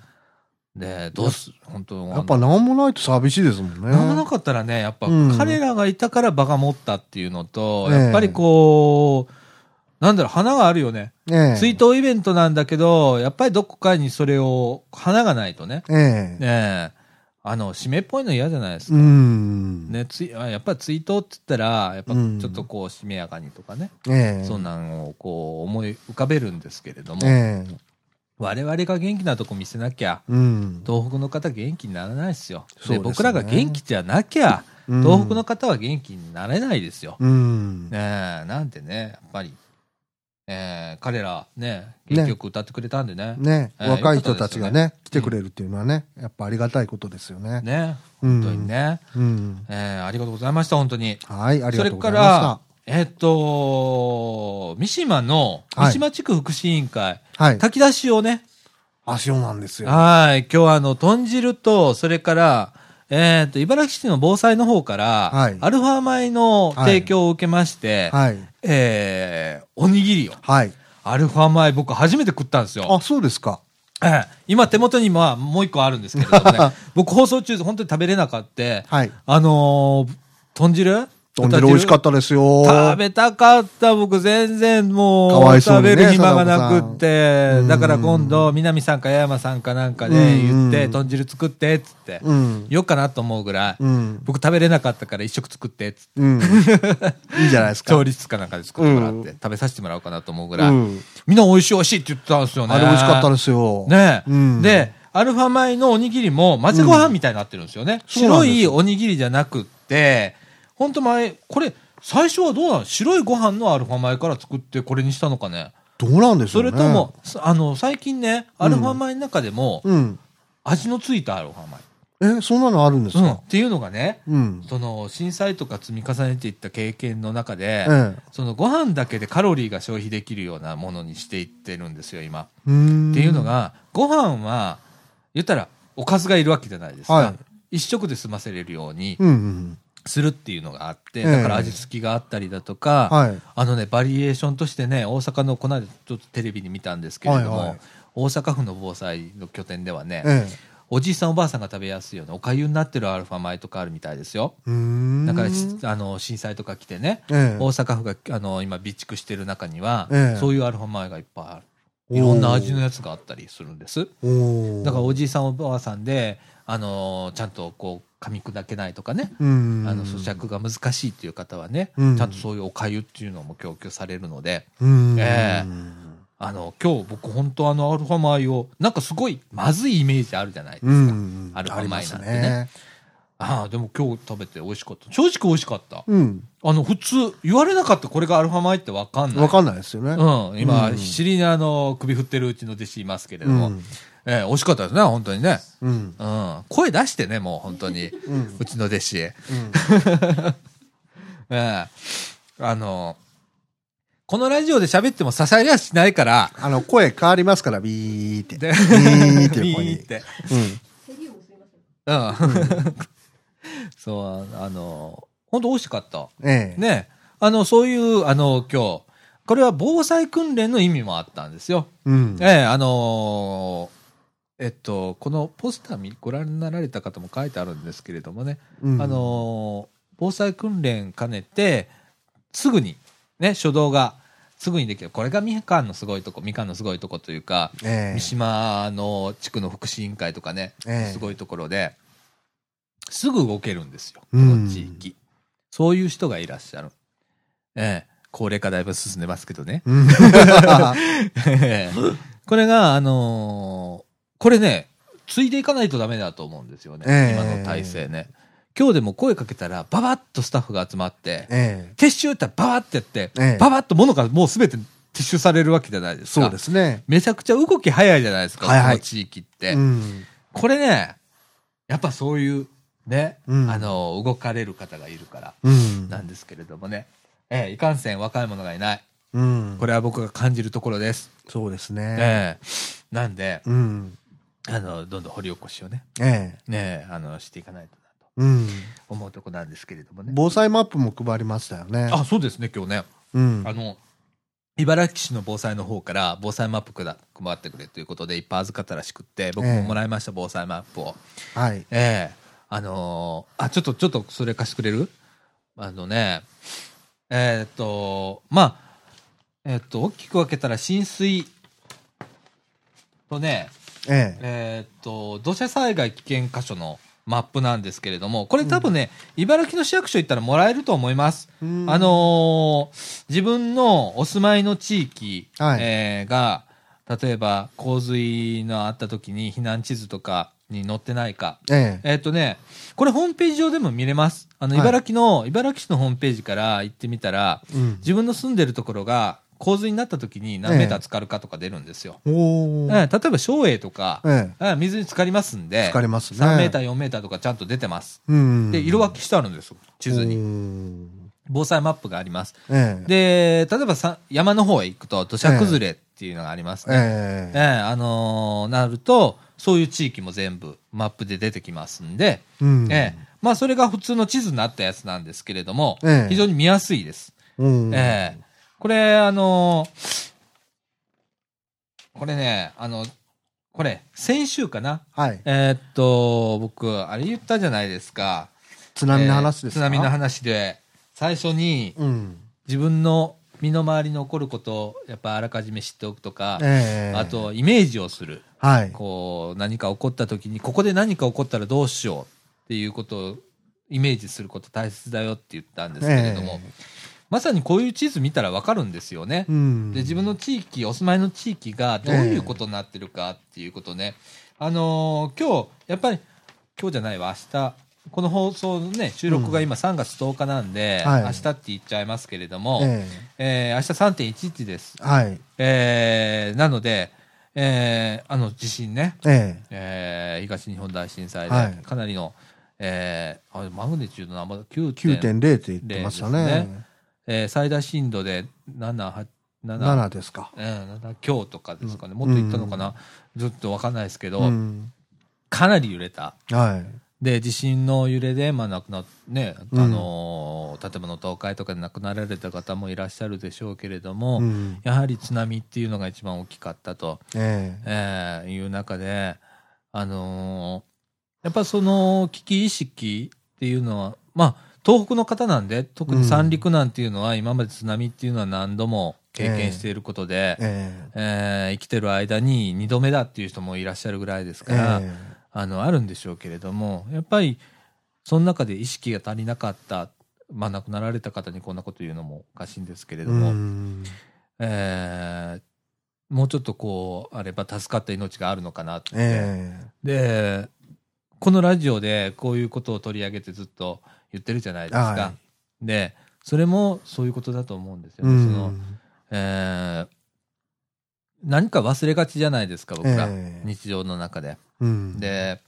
S1: で、どうす本当
S2: やっぱ何もないと寂しいですもんね。
S1: なんもなかったらね、やっぱ
S2: うん
S1: 彼らがいたから場が持ったっていうのと、
S2: ええ
S1: やっぱりこう、なんだろう、花があるよね。
S2: ええ
S1: 追悼イベントなんだけど、やっぱりどこかにそれを、花がないとね。
S2: ええ
S1: ねえあの、締めっぽいの嫌じゃないです
S2: う
S1: か。
S2: ん。
S1: ね、ついあやっぱり追悼って言ったら、やっぱ
S2: うん
S1: ちょっとこう、しめやかにとかね、
S2: ええ
S1: そんなんをこう、思い浮かべるんですけれども、
S2: ええ
S1: 我々が元気なとこ見せなきゃ、
S2: うん。
S1: 東北の方元気にならないですよ。
S2: そうですね
S1: 僕らが元気じゃなきゃ、
S2: うん
S1: 東北の方は元気になれないですよ。
S2: うん。
S1: ねえ、なんでね、やっぱり、ええ彼ら、ね、
S2: ね
S1: 結局歌ってくれたんでね
S2: ね、
S1: ええ
S2: 若い人たちが
S1: よ
S2: ね
S1: かったですよね
S2: 来てくれるっていうのはね、やっぱありがたいことですよね。
S1: ね、
S2: うん
S1: 本当にね、
S2: うん。
S1: えーありがとうございました、本当に。
S2: はい、あり
S1: そ
S2: が
S1: れ
S2: とうござ
S1: か
S2: いました
S1: ら。、えーっと、三島の、
S2: は
S1: 三
S2: い
S1: 島地区福祉委員会、
S2: はい。
S1: 炊き出しをね、
S2: あ、そうなんですよ。
S1: はい、今日はあの、豚汁と、それから、えーっと、茨城市の防災の方から、
S2: はい
S1: アルファ米の提供を受けまして、
S2: はい。
S1: えーおにぎりを、
S2: はい。
S1: アルファ米僕初めて食ったんですよ。
S2: あ、そうですか。
S1: ええ今手元にまあもう一個あるんですけれどもね。 僕放送中本当に食べれなかった。
S2: はい。
S1: あのー、豚汁
S2: 豚汁美味しか
S1: っ
S2: ったですよ。
S1: 食べたかった。僕全然
S2: か
S1: もう
S2: わいそう
S1: 食
S2: にね
S1: べる暇がなくって。
S2: 貞子さん
S1: だから今度、南さんか八重山さんかなんかで言っ
S2: うんう
S1: て、
S2: ん
S1: 豚汁作ってっつって。
S2: うん。
S1: よっかなと思うぐらい。
S2: うん。
S1: 僕食べれなかったから一食作ってっつって。
S2: うん。いいじゃないですか。
S1: 調理室かなんかで作ってもらって、
S2: うん
S1: 食べさせてもらおうかなと思うぐ
S2: う
S1: らい、
S2: ん。
S1: みんな美味しい美味しいって言ってたんですよね。
S2: あれ美味しかったですすよ。。
S1: ねえ、
S2: うん
S1: で、アルファ米のおにぎりも混ぜご飯みたいになってるんですよね。
S2: そうなん
S1: 白
S2: です
S1: いおにぎりじゃなくって、ほんと前、これ、最初はどうなの白いご飯のアルファ米から作ってこれにしたのかね。
S2: どうなんでしょ
S1: そう
S2: ね。
S1: れとも、あの、最近ね、アルファ米の中でも、
S2: うん。
S1: 味のついたアルファ米。
S2: え、そんなのあるんです
S1: うん。
S2: か
S1: っていうのがね、
S2: うん。
S1: その、震災とか積み重ねていった経験の中で、
S2: ええ。
S1: そのご飯だけでカロリーが消費できるようなものにしていってるんですよ、今。
S2: うーん
S1: っていうの、が、ご飯は、言ったら、おかずがいるわけじゃないですか。
S2: はい
S1: 一食で済ませれるように
S2: うんうん。
S1: するっていうのがあって、
S2: ええ
S1: だから味付きがあったりだとか、
S2: はい。
S1: あのね、バリエーションとしてね、大阪の、この間ちょっとテレビに見たんですけれども、
S2: はいはい
S1: 大阪府の防災の拠点ではね、
S2: ええ。
S1: おじいさんおばあさんが食べやすいようなおかゆになってるアルファ米とかあるみたいですよ。
S2: うーん。
S1: だからし、あの、震災とか来てね、
S2: ええ
S1: 大阪府があの今備蓄してる中には、
S2: ええ
S1: そういうアルファ米がいっぱいあ
S2: おー
S1: るいろんな味のやつがあったりするんです
S2: おー
S1: だからおじいさんおばあさんで、あのーちゃんとこう噛み砕けないとかね、
S2: うん。
S1: あの咀嚼が難しいっていう方はね、
S2: うん
S1: ちゃんとそういうおかゆっていうのも供給されるので
S2: うん。
S1: ええあの今日僕本当あのアルファ米をなんかすごいまずいイメージあるじゃないですか、
S2: うん。
S1: アルファ米なんてね
S2: あります。
S1: ああでも今日食べて美味しかった正直美味しかった
S2: うん。
S1: あの普通言われなかったこれがアルファ米って分かんない
S2: わかんないですよね。
S1: うん、今、
S2: うん
S1: 必死にあの首振ってるうちの弟子いますけれど
S2: う
S1: も、
S2: ん。
S1: えー惜しかったですね、本当にね。
S2: うん。
S1: うん、声出してね、もう本当に、
S2: うん
S1: うちの弟子。え
S2: うん
S1: ーあの、このラジオで喋っても支えりゃしないから、
S2: あの、声変わりますから、ビーって。ビ
S1: で
S2: ーって
S1: ビ
S2: 横 に
S1: ーっ。て。
S2: うん。
S3: セリウムすいません。
S1: うん。そう、あの、本当美味しかった。
S2: ええ。
S1: ね、あの、そういう、あの、今日、これは防災訓練の意味もあったんですよ。
S2: うん。
S1: ええ、あのーえっと、このポスター見ご覧になられた方も書いてあるんですけれどもね、
S2: うん
S1: あ、のー防災訓練兼ねて、すぐに、ね、初動がすぐにできる。これがみかんのすごいとこ、みかんのすごいとこというか、
S2: ええ
S1: 三島の地区の福祉委員会とかね、
S2: ええ
S1: すごいところで、すぐ動けるんですよ、こ
S2: うん
S1: の地域。そういう人がいらっしゃる。ええ、高齢化だいぶ進んでますけどね。
S2: うん。
S1: ええ これが、あのーこれね、ついでいかないとダメだと思うんですよね。
S2: ええ
S1: 今の体制ね。今日でも声かけたら、ババッとスタッフが集まって、
S2: ええ。
S1: 撤収ってババッてやって、
S2: ええ
S1: ババッと物がもうすべて撤収されるわけじゃないですか。
S2: そうですね。
S1: めちゃくちゃ動き早いじゃないですか、
S2: はいはい
S1: この地域って。
S2: うん。
S1: これね、やっぱそういう、ね、
S2: うん
S1: あのー動かれる方がいるから、
S2: うん。
S1: なんですけれどもね。ええいかんせん若い者がいない。
S2: うん
S1: こ。れは僕が感じるところです。
S2: そうですね。
S1: ええなんで、
S2: うん。
S1: あの、どんどん掘り起こしをね、
S2: ええ。
S1: ねえ、あの、していかないとなと
S2: うん。
S1: 思うとこなんですけれどもね。
S2: 防災マップも配りましたよね。
S1: あ、そうですね、今日ね。
S2: うん
S1: あ。の、茨城市の防災の方から防災マップくだ配ってくれということでいっぱい預かったらしくって、僕
S2: え
S1: も
S2: え
S1: もらいました、防災マップを。
S2: はい。
S1: ええあのーあ、ちょっと、ちょっと、それ貸してくれるあのね、えーっと、まあ、えーっと、大きく分けたら浸水とね、
S2: ええ。
S1: えーっと、土砂災害危険箇所のマップなんですけれども、これ多分ね、茨城の市役所行ったらもらえると思います。
S2: うん
S1: あ、のー自分のお住まいの地域、
S2: はい
S1: えーが、例えば洪水のあった時に避難地図とかに載ってないか。
S2: ええ。
S1: えーっとね、これホームページ上でも見れます。あの、
S2: はい
S1: 茨城の、茨城市のホームページから行ってみたら、
S2: うん。
S1: 自分の住んでるところが洪水になった時に何メーター浸かるかとか出るんですよ。
S2: お
S1: ええ例え
S2: ー。
S1: ば、松栄とか、
S2: ええ。
S1: あ水に浸かりますんで、
S2: 疲れますね。
S1: 3メーター、4メーターとかちゃんと出てます。
S2: うん。
S1: で、色分けしてあるんですよ、地図に。
S2: に。
S1: 防災マップがあります。
S2: ええ。
S1: で、例えばさ山の方へ行くと土砂崩れっていうのがありますね。
S2: え
S1: ええ
S2: え。
S1: あのーなると、そういう地域も全部マップで出てきますんで、
S2: うん
S1: ええまあそれが普通の地図になったやつなんですけれども、
S2: ええ
S1: 非常に見やすいです。
S2: うん。
S1: ええこれ、あのーこれね、あの、これ、先週かな。
S2: はい。
S1: えーっと、僕、あれ言ったじゃないですか。
S2: 津波の話です
S1: えー津
S2: か、
S1: 波の話で、最初に
S2: うん。
S1: 自分の身の回りに起こることを、やっぱあらかじめ知っておくとか、
S2: ええ
S1: あ、と、イメージをする。
S2: はい。
S1: こう、何か起こった時に、ここで何か起こったらどうしようっていうことをイメージすること大切だよって言ったんですけれども、
S2: え
S1: まさにこういう地図見たらわかるんですよね
S2: え。うん。
S1: で自分の地域お住まいの地域がどういうことになってるかっていうことね、あのー今日やっぱり今日じゃないわ明日この放送のね収録が今3月10日なんで、
S2: はい
S1: 明日って言っちゃいますけれども、えー
S2: え
S1: 明日3.11です、
S2: えはい。
S1: えーなので、えーあの地震ね、
S2: え
S1: えー東日本大震災
S2: はい
S1: でかなりの、えーあれマグニチュードのまだ9.0
S2: え9.0って言ってましたね。
S1: ですえー最大震度で7、8 7
S2: 7ですか。
S1: うん、今日とかですかね、もっといったのかな、ずっとわかんないですけど、
S2: うん。
S1: かなり揺れた。
S2: はい。
S1: で、地震の揺れで、まあ、亡くなっね、
S2: うん
S1: あのー建物倒壊とかで亡くなられた方もいらっしゃるでしょうけれども、
S2: うん。
S1: やはり津波っていうのが一番大きかったと、
S2: ええ
S1: えーいう中で、あのーやっぱその危機意識っていうのは、まあ、東北の方なんで、特に三陸なんていうのは、今まで津波っていうのは何度も経験していることで、
S2: え
S1: えー生きてる間に2度目だっていう人もいらっしゃるぐらいです
S2: え
S1: から、
S2: え
S1: あのあるんでしょうけれどもやっぱりその中で意識が足りなかった、まあ、亡くなられた方にこんなこと言うのもおかしいんですけれ
S2: え
S1: ども、
S2: うん
S1: えーもうちょっとこうあれば助かった命があるのかなって、
S2: ええ
S1: でこのラジオでこういうことを取り上げてずっと言ってるじゃないですか。
S2: は
S1: でそれもそういうことだと思うんですよ
S2: う
S1: ね。
S2: ん
S1: そのえー何か忘れがちじゃないですか僕ら、
S2: ええ
S1: 日常の中で。
S2: うん
S1: で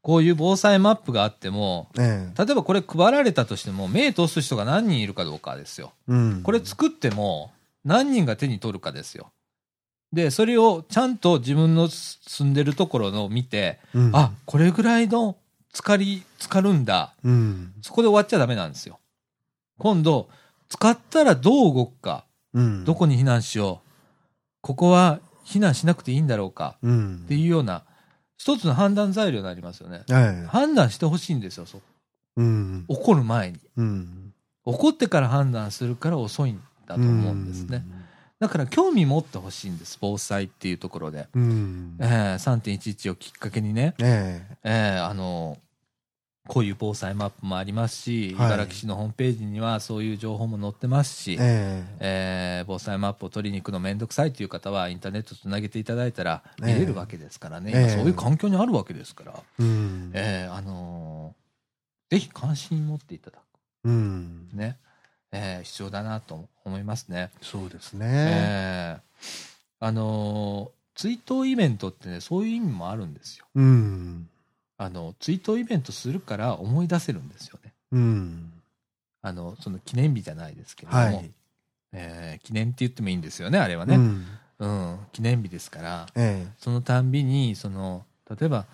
S1: こういう防災マップがあっても
S2: ええ
S1: 例えばこれ配られたとしても目通す人が何人いるかどうかですよ。
S2: うん
S1: これ作っても何人が手に取るかですよ。でそれをちゃんと自分の住んでるところのを見て、
S2: うん
S1: あこれぐらいの浸かり浸かるんだ
S2: うん
S1: そこで終わっちゃダメなんですよ。今度使ったらどう動くか
S2: うん
S1: どこに避難しよう、ここは避難しなくていいんだろうか
S2: うん
S1: っていうような、一つの判断材料になりますよね。
S2: ええ
S1: 判断してほしいんですよ、そう
S2: うん
S1: 起こる前に。
S2: うん
S1: 起こってから判断するから遅いんだと思うんですね。だから興味持ってほしいんです、防災っていうところで。
S2: うん
S1: えー3.11をきっかけにね、
S2: ええ
S1: えーあのこういう防災マップもありますし、
S2: はい
S1: 茨城市のホームページにはそういう情報も載ってますし、
S2: ええ
S1: えー防災マップを取りに行くの面倒くさいという方はインターネットつなげていただいたら見れるわけですからね、
S2: ええ
S1: 今そういう環境にあるわけですから、
S2: うん
S1: えーあのーぜひ関心持っていただ
S2: うん
S1: くね、えー必要だなと思いますね。
S2: そうです
S1: え
S2: ね
S1: ーあのー追悼イベントってねそういう意味もあるんですよ。
S2: うん
S1: あの追悼イベントするから思い出せるんですよね。
S2: うん
S1: あのその記念日じゃないですけれども、
S2: はい
S1: えー記念って言ってもいいんですよねあれは
S2: う
S1: ね、
S2: ん
S1: うん、記念日ですから。
S2: え
S1: そのたんびにその例えば、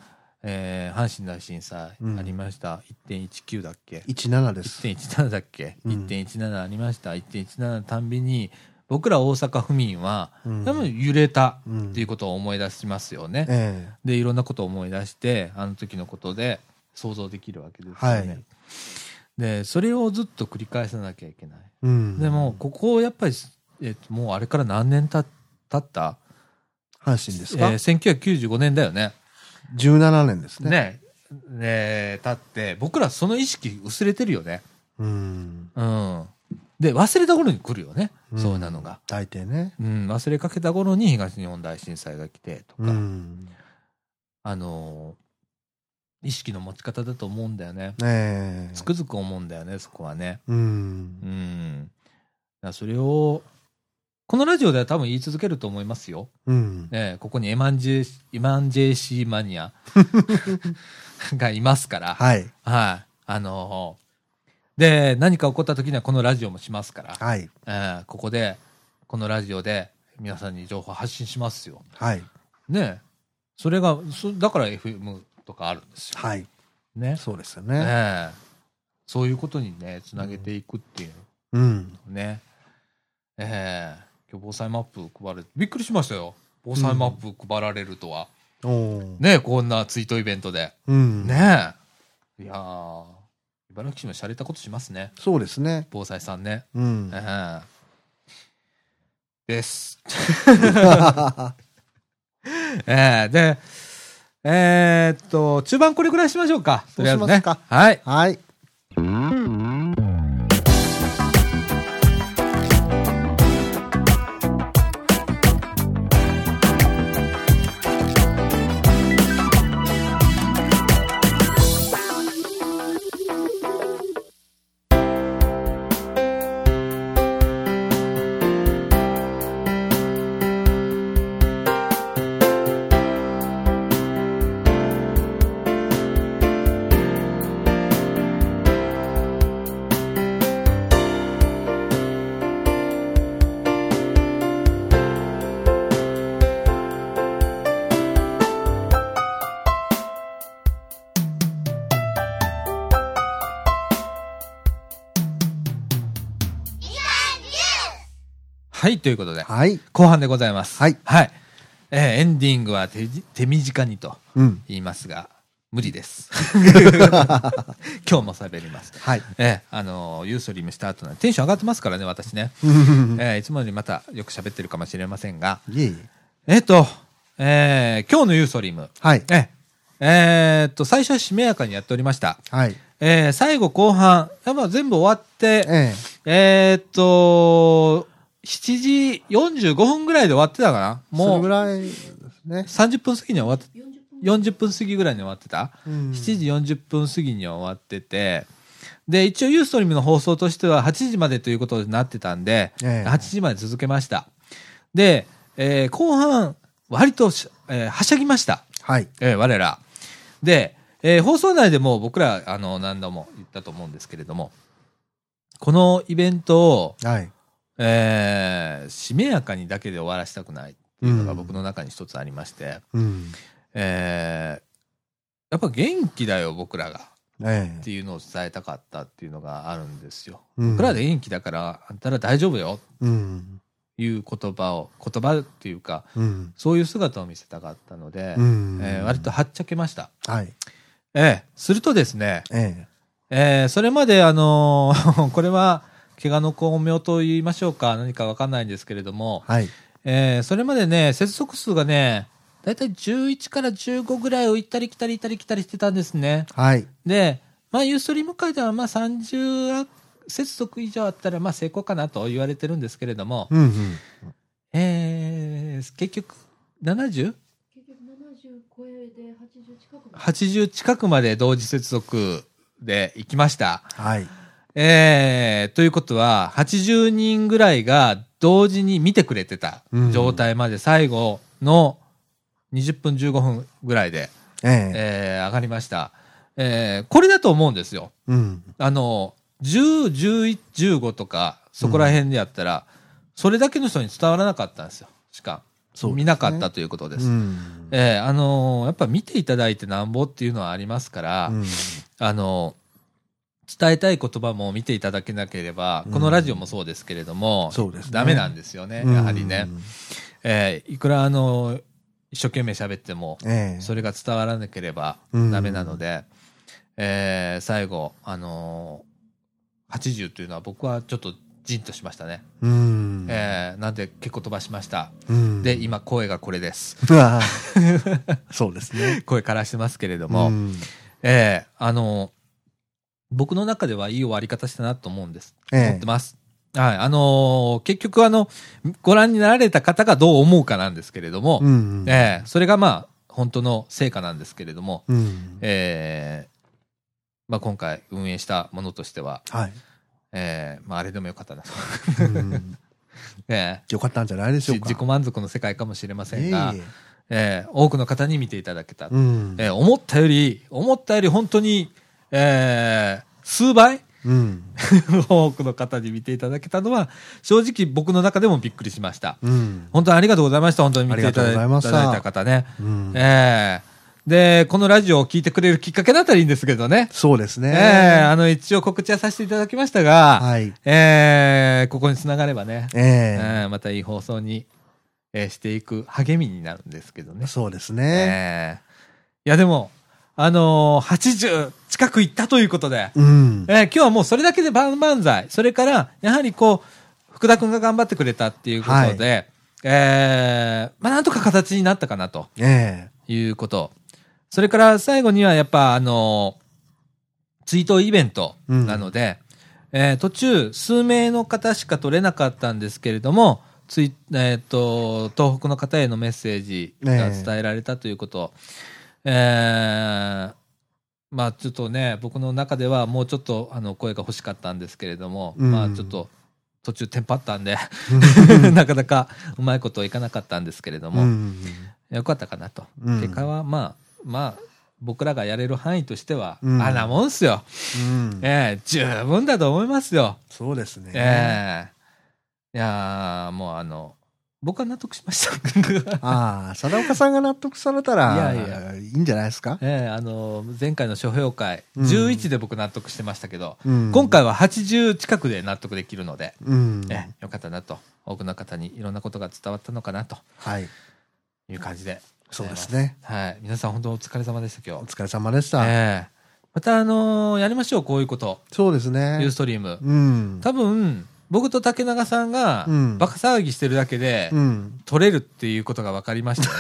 S1: えー阪神大震災
S2: うん
S1: ありました、1.19だっけ
S2: え一七です
S1: 1.17だっけ、
S2: うん
S1: 1.17ありました1.17のたんびに僕ら大阪府民は
S2: うん
S1: 多分揺れた
S2: うん
S1: っていうことを思い出しますよね、
S2: ええ
S1: でいろんなことを思い出してあの時のことで想像できるわけですよね、
S2: はい
S1: でそれをずっと繰り返さなきゃいけない
S2: うん
S1: でもここをやっぱり、えっともうあれから何年た経った、
S2: 阪神ですか
S1: えー1995年だよね
S2: 十七年ですね
S1: ね、ね、立って、僕らその意識薄れてるよね。
S2: うん
S1: うん。で、忘れた頃に来るよね。
S2: うん
S1: そうなのが。
S2: 大抵ね
S1: うん、忘れかけた頃に東日本大震災が来てとか、
S2: うん
S1: あのー意識の持ち方だと思うんだよね。
S2: ええ
S1: つくづく思うんだよね、そこはね。
S2: うん
S1: うん。だからそれを、このラジオでは多分言い続けると思いますよ。
S2: うん。
S1: ね、ここにエマンジェ、エマンジェシーマニア がいますから。
S2: はい。
S1: はい。あのーで、何か起こった時にはこのラジオもしますから、
S2: はい。
S1: えーここで、このラジオで皆さんに情報発信しますよ。
S2: はい。
S1: ねえそれが、そだから FM とかあるんですよ。
S2: はい。
S1: ね。
S2: そうですよ
S1: え
S2: ね。
S1: えそういうことにね、つなげていくっていう
S2: うん。
S1: のね。ええ今日防災マップ配る。びっくりしましたよ。防災マップ配られるとは。
S2: おー
S1: ねえこんなツイートイベントで。
S2: うん。
S1: ねえ。いやー、茨城市も洒落たことしますね。
S2: そうですね。
S1: 防災さんね。
S2: うん
S1: え。えです。 ええで、えーっと、中盤これぐらいしましょうか。とりあえず
S2: そう
S1: ね
S2: します。
S1: はい。
S2: はい。
S1: はい、ということで、
S2: はい。
S1: 後半でございます。
S2: はい。
S1: はい。ええエンディングは手じ手短にと
S2: うん。
S1: 言いますが、無理 です。今日も喋ります。
S2: はい。
S1: ええあのーユーストリームした後なんでテンション上がってますからね、私ね。
S2: い
S1: ええいつもよりまたよく喋ってるかもしれませんが、
S2: えいえ。
S1: えっ、と、えー今日のユーストリーム、
S2: はい。
S1: えええーっと、最初はしめやかにやっておりました。
S2: はい。
S1: えー最後後半、やっぱ全部終わって、
S2: ええ。
S1: えーっと、7時45分ぐらいで終わってたかな
S2: もう。
S1: も
S2: ぐ
S1: う
S2: らいですね。
S1: 30分過ぎには終わって、40
S3: 40分
S1: 分過ぎぐらいには終わってた、
S2: うん
S1: ?7 時40分過ぎには終わってて、で、一応ユーストリームの放送としては8時までということになってたんで、
S2: ええ
S1: 8時まで続けました。で、えー後半、割とし、えーはしゃぎました。
S2: はい。
S1: えー我ら。で、えー放送内でも僕ら、あの、何度も言ったと思うんですけれども、このイベントを、
S2: はい。
S1: えーしめやかにだけで終わらせたくないっていうのが僕の中に一つありまして、
S2: うん。
S1: えーやっぱ元気だよ、僕らが。
S2: え
S1: っ
S2: え。
S1: ていうのを伝えたかったっていうのがあるんですよ。
S2: うん
S1: 僕らで元気だから、あんたら大丈夫よ
S2: うん。
S1: っていう言葉を、言葉っていうか、
S2: うん。
S1: そういう姿を見せたかったので、
S2: うん。
S1: えー割と。はっちゃけました。
S2: はい。
S1: ええするとですね、
S2: え
S1: えーそれまで、あのー これは、怪我の巧妙と言いましょうか、何かわかんないんですけれど
S2: え。
S1: も、
S2: はい。
S1: えーそれまでね、接続数がね、だいたい11から15ぐらいを行ったり来たり行ったり来たりしてたんですね。
S2: はい。
S1: で、まあ、ユーストリーム界では、まあ、30接続以上あったら、まあ、成功かなと言われてるんですけれども、
S2: うん。うん。
S1: えー結局、70?80
S3: 結局70超えで80
S1: 近
S3: 近くまで
S1: くまで同時接続で行きました。
S2: はい。
S1: えーということは、80人ぐらいが同時に見てくれてた状態まで最後の20分15分ぐらいで、
S2: ええ。
S1: えー上がりました。えーこれだと思うんですよ。
S2: うん。
S1: あの、10、11、15とか、そこら辺でやったら、それだけの人に伝わらなかったんですよ。しか、
S2: そうですね
S1: 見なかったということです。
S2: うん。
S1: えーあのーやっぱ見ていただいてなんぼっていうのはありますから、
S2: うん
S1: あの、伝えたい言葉も見ていただけなければ、このラジオもそうですけれども、
S2: そうですね
S1: ダメなんですよね、やはりね。。えーいくらあの、一生懸命喋っても、
S2: うんええ。
S1: それが伝わらなければ
S2: うん
S1: ダメなので、えー最後、あのー80というのは僕はちょっとジンとしましたね。
S2: うん。
S1: えーなんで結構飛ばしました。
S2: うん
S1: で、。今声がこれです。
S2: うわ そうですね。
S1: 声からしてますけれども、
S2: うん
S1: えーあのー僕の中ではいい終わり方したなと思うんです。思
S2: ええ
S1: って。ます。はい。あのー結局あの、ご覧になられた方がどう思うかなんですけれども、
S2: うんうん。
S1: えーそれがまあ、本当の成果なんですけれども、
S2: うん。
S1: えーまあ今回運営したものとしては、
S2: はい。
S1: えーまああれでもよかったなと。
S2: うん
S1: えー
S2: よかったんじゃないでし
S1: じ
S2: ょうか。
S1: 自己満足の世界かもしれませんがえ
S2: え、
S1: ー多くの方に見ていただけた。
S2: えうん。
S1: えー思ったより、思ったより本当に、えー数倍
S2: うん。
S1: 多くの方に見ていただけたのは、正直僕の中でもびっくりしました。
S2: うん。
S1: 本当にありがとうございました。本当に見ていただ
S2: あ
S1: い
S2: りがとうございま
S1: い
S2: した
S1: ただいた方ね。
S2: うん
S1: ええで、このラジオを聞いてくれるきっかけだったらいいんですけどね。
S2: そうですね。
S1: ええあの、一応告知はさせていただきましたが、
S2: はい。
S1: ええここにつながればね、
S2: ええ
S1: ええまたいい放送に、えーしていく励みになるんですけどね。
S2: そうです
S1: え
S2: ね。
S1: えいや、でも、あのー80近く行ったということで、
S2: うん。
S1: えー今日はもうそれだけで万々歳。それから、やはりこう、福田くんが頑張ってくれたっていうことで、えーまあなんとか形になったかなと
S2: ええ
S1: いうこと。それから最後にはやっぱあの、追悼イベント
S2: うん
S1: なので、えー途中数名の方しか取れなかったんですけれども、ついえー、と東北の方へのメッセージが伝えられたということ、えーまあちょっとね僕の中ではもうちょっとあの声が欲しかったんですけれども、
S2: うん
S1: まあちょっと途中テンパったんで なかなかうまいこといかなかったんですけれども、
S2: うん。
S1: よかったかなと。
S2: うん
S1: 結果はまあ、まあ、僕らがやれる範囲としては、
S2: うん
S1: あんなもんっすよ。
S2: うん。
S1: ええ十分だと思いますよ。
S2: そうですね。
S1: ええいやーもうあの、僕は納得しました。
S2: ああ、佐田岡さんが納得されたら、
S1: い
S2: い
S1: やいや
S2: いんじゃないですか、
S1: ええあの、前回の書評会、
S2: うん
S1: 11で僕納得してましたけど、
S2: うん
S1: 今、回は80近くで納得できるので、
S2: うん。
S1: ええよかったなと。多くの方にいろんなことが伝わったのかなと
S2: はい。
S1: いう感じで。
S2: そうですね。
S1: はい。皆さん本当お疲れ様でした、今
S2: お
S1: 日。
S2: 疲れ様でした。
S1: ええまたあのーやりましょう、こういうこと。
S2: そうです
S1: ユー
S2: ね
S1: ス。トリーム。
S2: うん。
S1: 多分、僕と竹中さんが
S2: うん、
S1: バカ騒ぎしてるだけで、
S2: うん。
S1: 取れるっていうことが分かりました ね。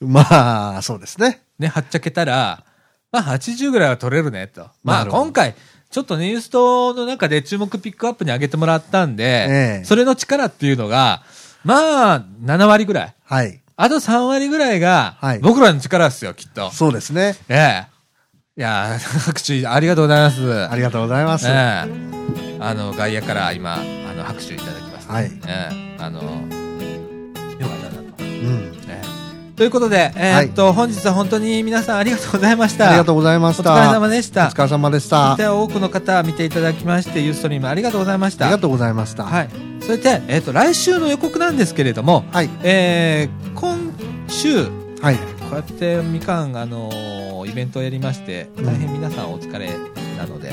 S2: まあ、そうですね。
S1: ね、はっちゃけたら、まあ80ぐらいは取れるね、と。ま
S2: な
S1: あ
S2: るほど
S1: 今回、ちょっとね、ユーストの中で注目ピックアップに上げてもらったんで
S2: え、え
S1: それの力っていうのが、まあ、7割ぐらい。
S2: はい。
S1: あと3割ぐらいが
S2: はい、
S1: 僕らの力ですよ、きっと。
S2: そうですね。
S1: ええ。いやー、拍手ありがとうございます。
S2: ありがとうございます。
S1: ええあの外野から今あの拍手いただきました、
S2: はい
S1: ええあのよかったなと、
S2: うん。
S1: ええということで、えーっと本日は本当に皆さんありがとうございました
S2: ありがとうございました。
S1: お疲れ様でした
S2: お疲れ様でした。
S1: 大
S2: あ
S1: 体多くの方見ていただきましてユーストリームありがとうございまし
S2: り
S1: た
S2: がとうございました。
S1: はい、それで、えーっと来週の予告なんですけれども、
S2: はい。
S1: えー今週
S2: はい。
S1: こうやってみかん、あのーイベントをやりまして大変皆さんお疲れなので、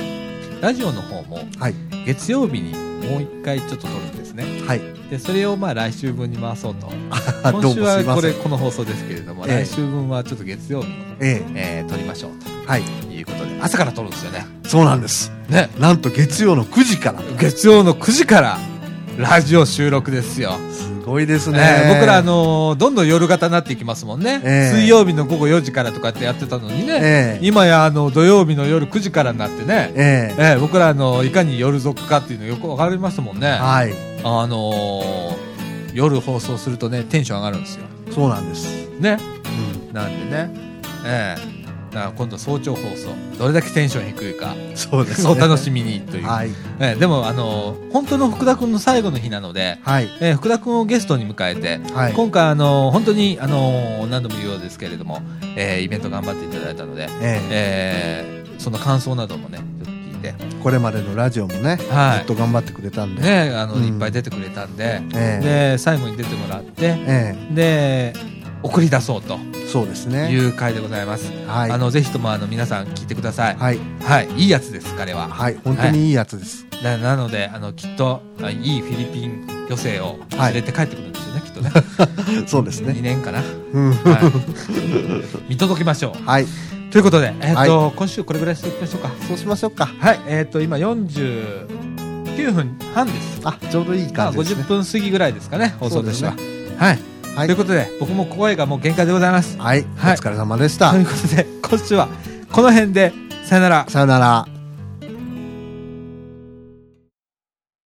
S1: ラジオの方も
S2: はい。
S1: 月曜日にもう一回ちょっと撮るんですね
S2: はい。
S1: でそれをまあ来週分に回そうと
S2: あ
S1: 今週はこれ
S2: ん。
S1: この放送ですけれども、
S2: ええ
S1: 来週分はちょっと月曜日に、
S2: え
S1: えー撮りましょう
S2: え。はい。
S1: ということで朝から撮るんですよね
S2: そうなんです。
S1: ね
S2: なんと月曜の9時から。
S1: 月曜の9時からラジオ収録ですよ、
S2: すごいです
S1: え
S2: ね。
S1: ー僕ら、あのーどんどん夜型になっていきますもんね、
S2: ええ
S1: 水曜日の午後4時からとかってやってたのにね、
S2: ええ。
S1: 今やあの土曜日の夜9時からになってね、
S2: え
S1: えー僕らあのいかに夜族かっていうのよく分かりましたもんね、
S2: え。はい。
S1: あのー夜放送するとね、テンション上がるんですよ。
S2: そうなんです。
S1: ね。
S2: う
S1: なんでね。ええだから今度早朝放送。どれだけテンション低いか。
S2: ん。そうです、ね。
S1: お楽しみにという。
S2: はい。
S1: ええでも、あのー本当の福田くんの最後の日なので、
S2: はい。
S1: ええ福田くんをゲストに迎えて、
S2: はい。
S1: 今回、あのー本当に、あのー何度も言うようですけれども、ええイベント頑張っていただいたので、
S2: え
S1: ええその感想などもね、ちょっと聞いて、
S2: えこれまでのラジオもね、
S1: はい
S2: ずっと頑張ってくれたんで。
S1: ねえ、あの、
S2: うん
S1: いっぱい出てくれたんで、
S2: ええ
S1: で、最後に出てもらって、
S2: え
S1: で送り出そうと
S2: えそうです
S1: い
S2: ね。
S1: う回でございます、
S2: はい。
S1: あのぜひともあの皆さん聞いてくださいは
S2: はい。
S1: い、い、いやつです彼は
S2: はい。本当にいいやつです。
S1: ななのであのきっとあいいフィリピン余生を
S2: はい
S1: 連れて帰ってくるんです よね、きっとね
S2: そうです
S1: 2
S2: ね。
S1: 年かな、は
S2: うん。
S1: い、見届けましょう
S2: はい。
S1: ということで、えっと今週これぐらいしておきましょうか
S2: そうしましょうか。
S1: はいえっと今49分半です
S2: あ、ちょうどいい
S1: まあ
S2: 感じです、ね
S1: 50。分過ぎぐらいですかね放送としては、
S2: そう
S1: はい、
S2: はい
S1: ということで僕も声がもう限界でございます
S2: はい。お
S1: はい
S2: 疲れ様でした
S1: とい。うことで今週はこの辺でさよなら
S2: さよなら。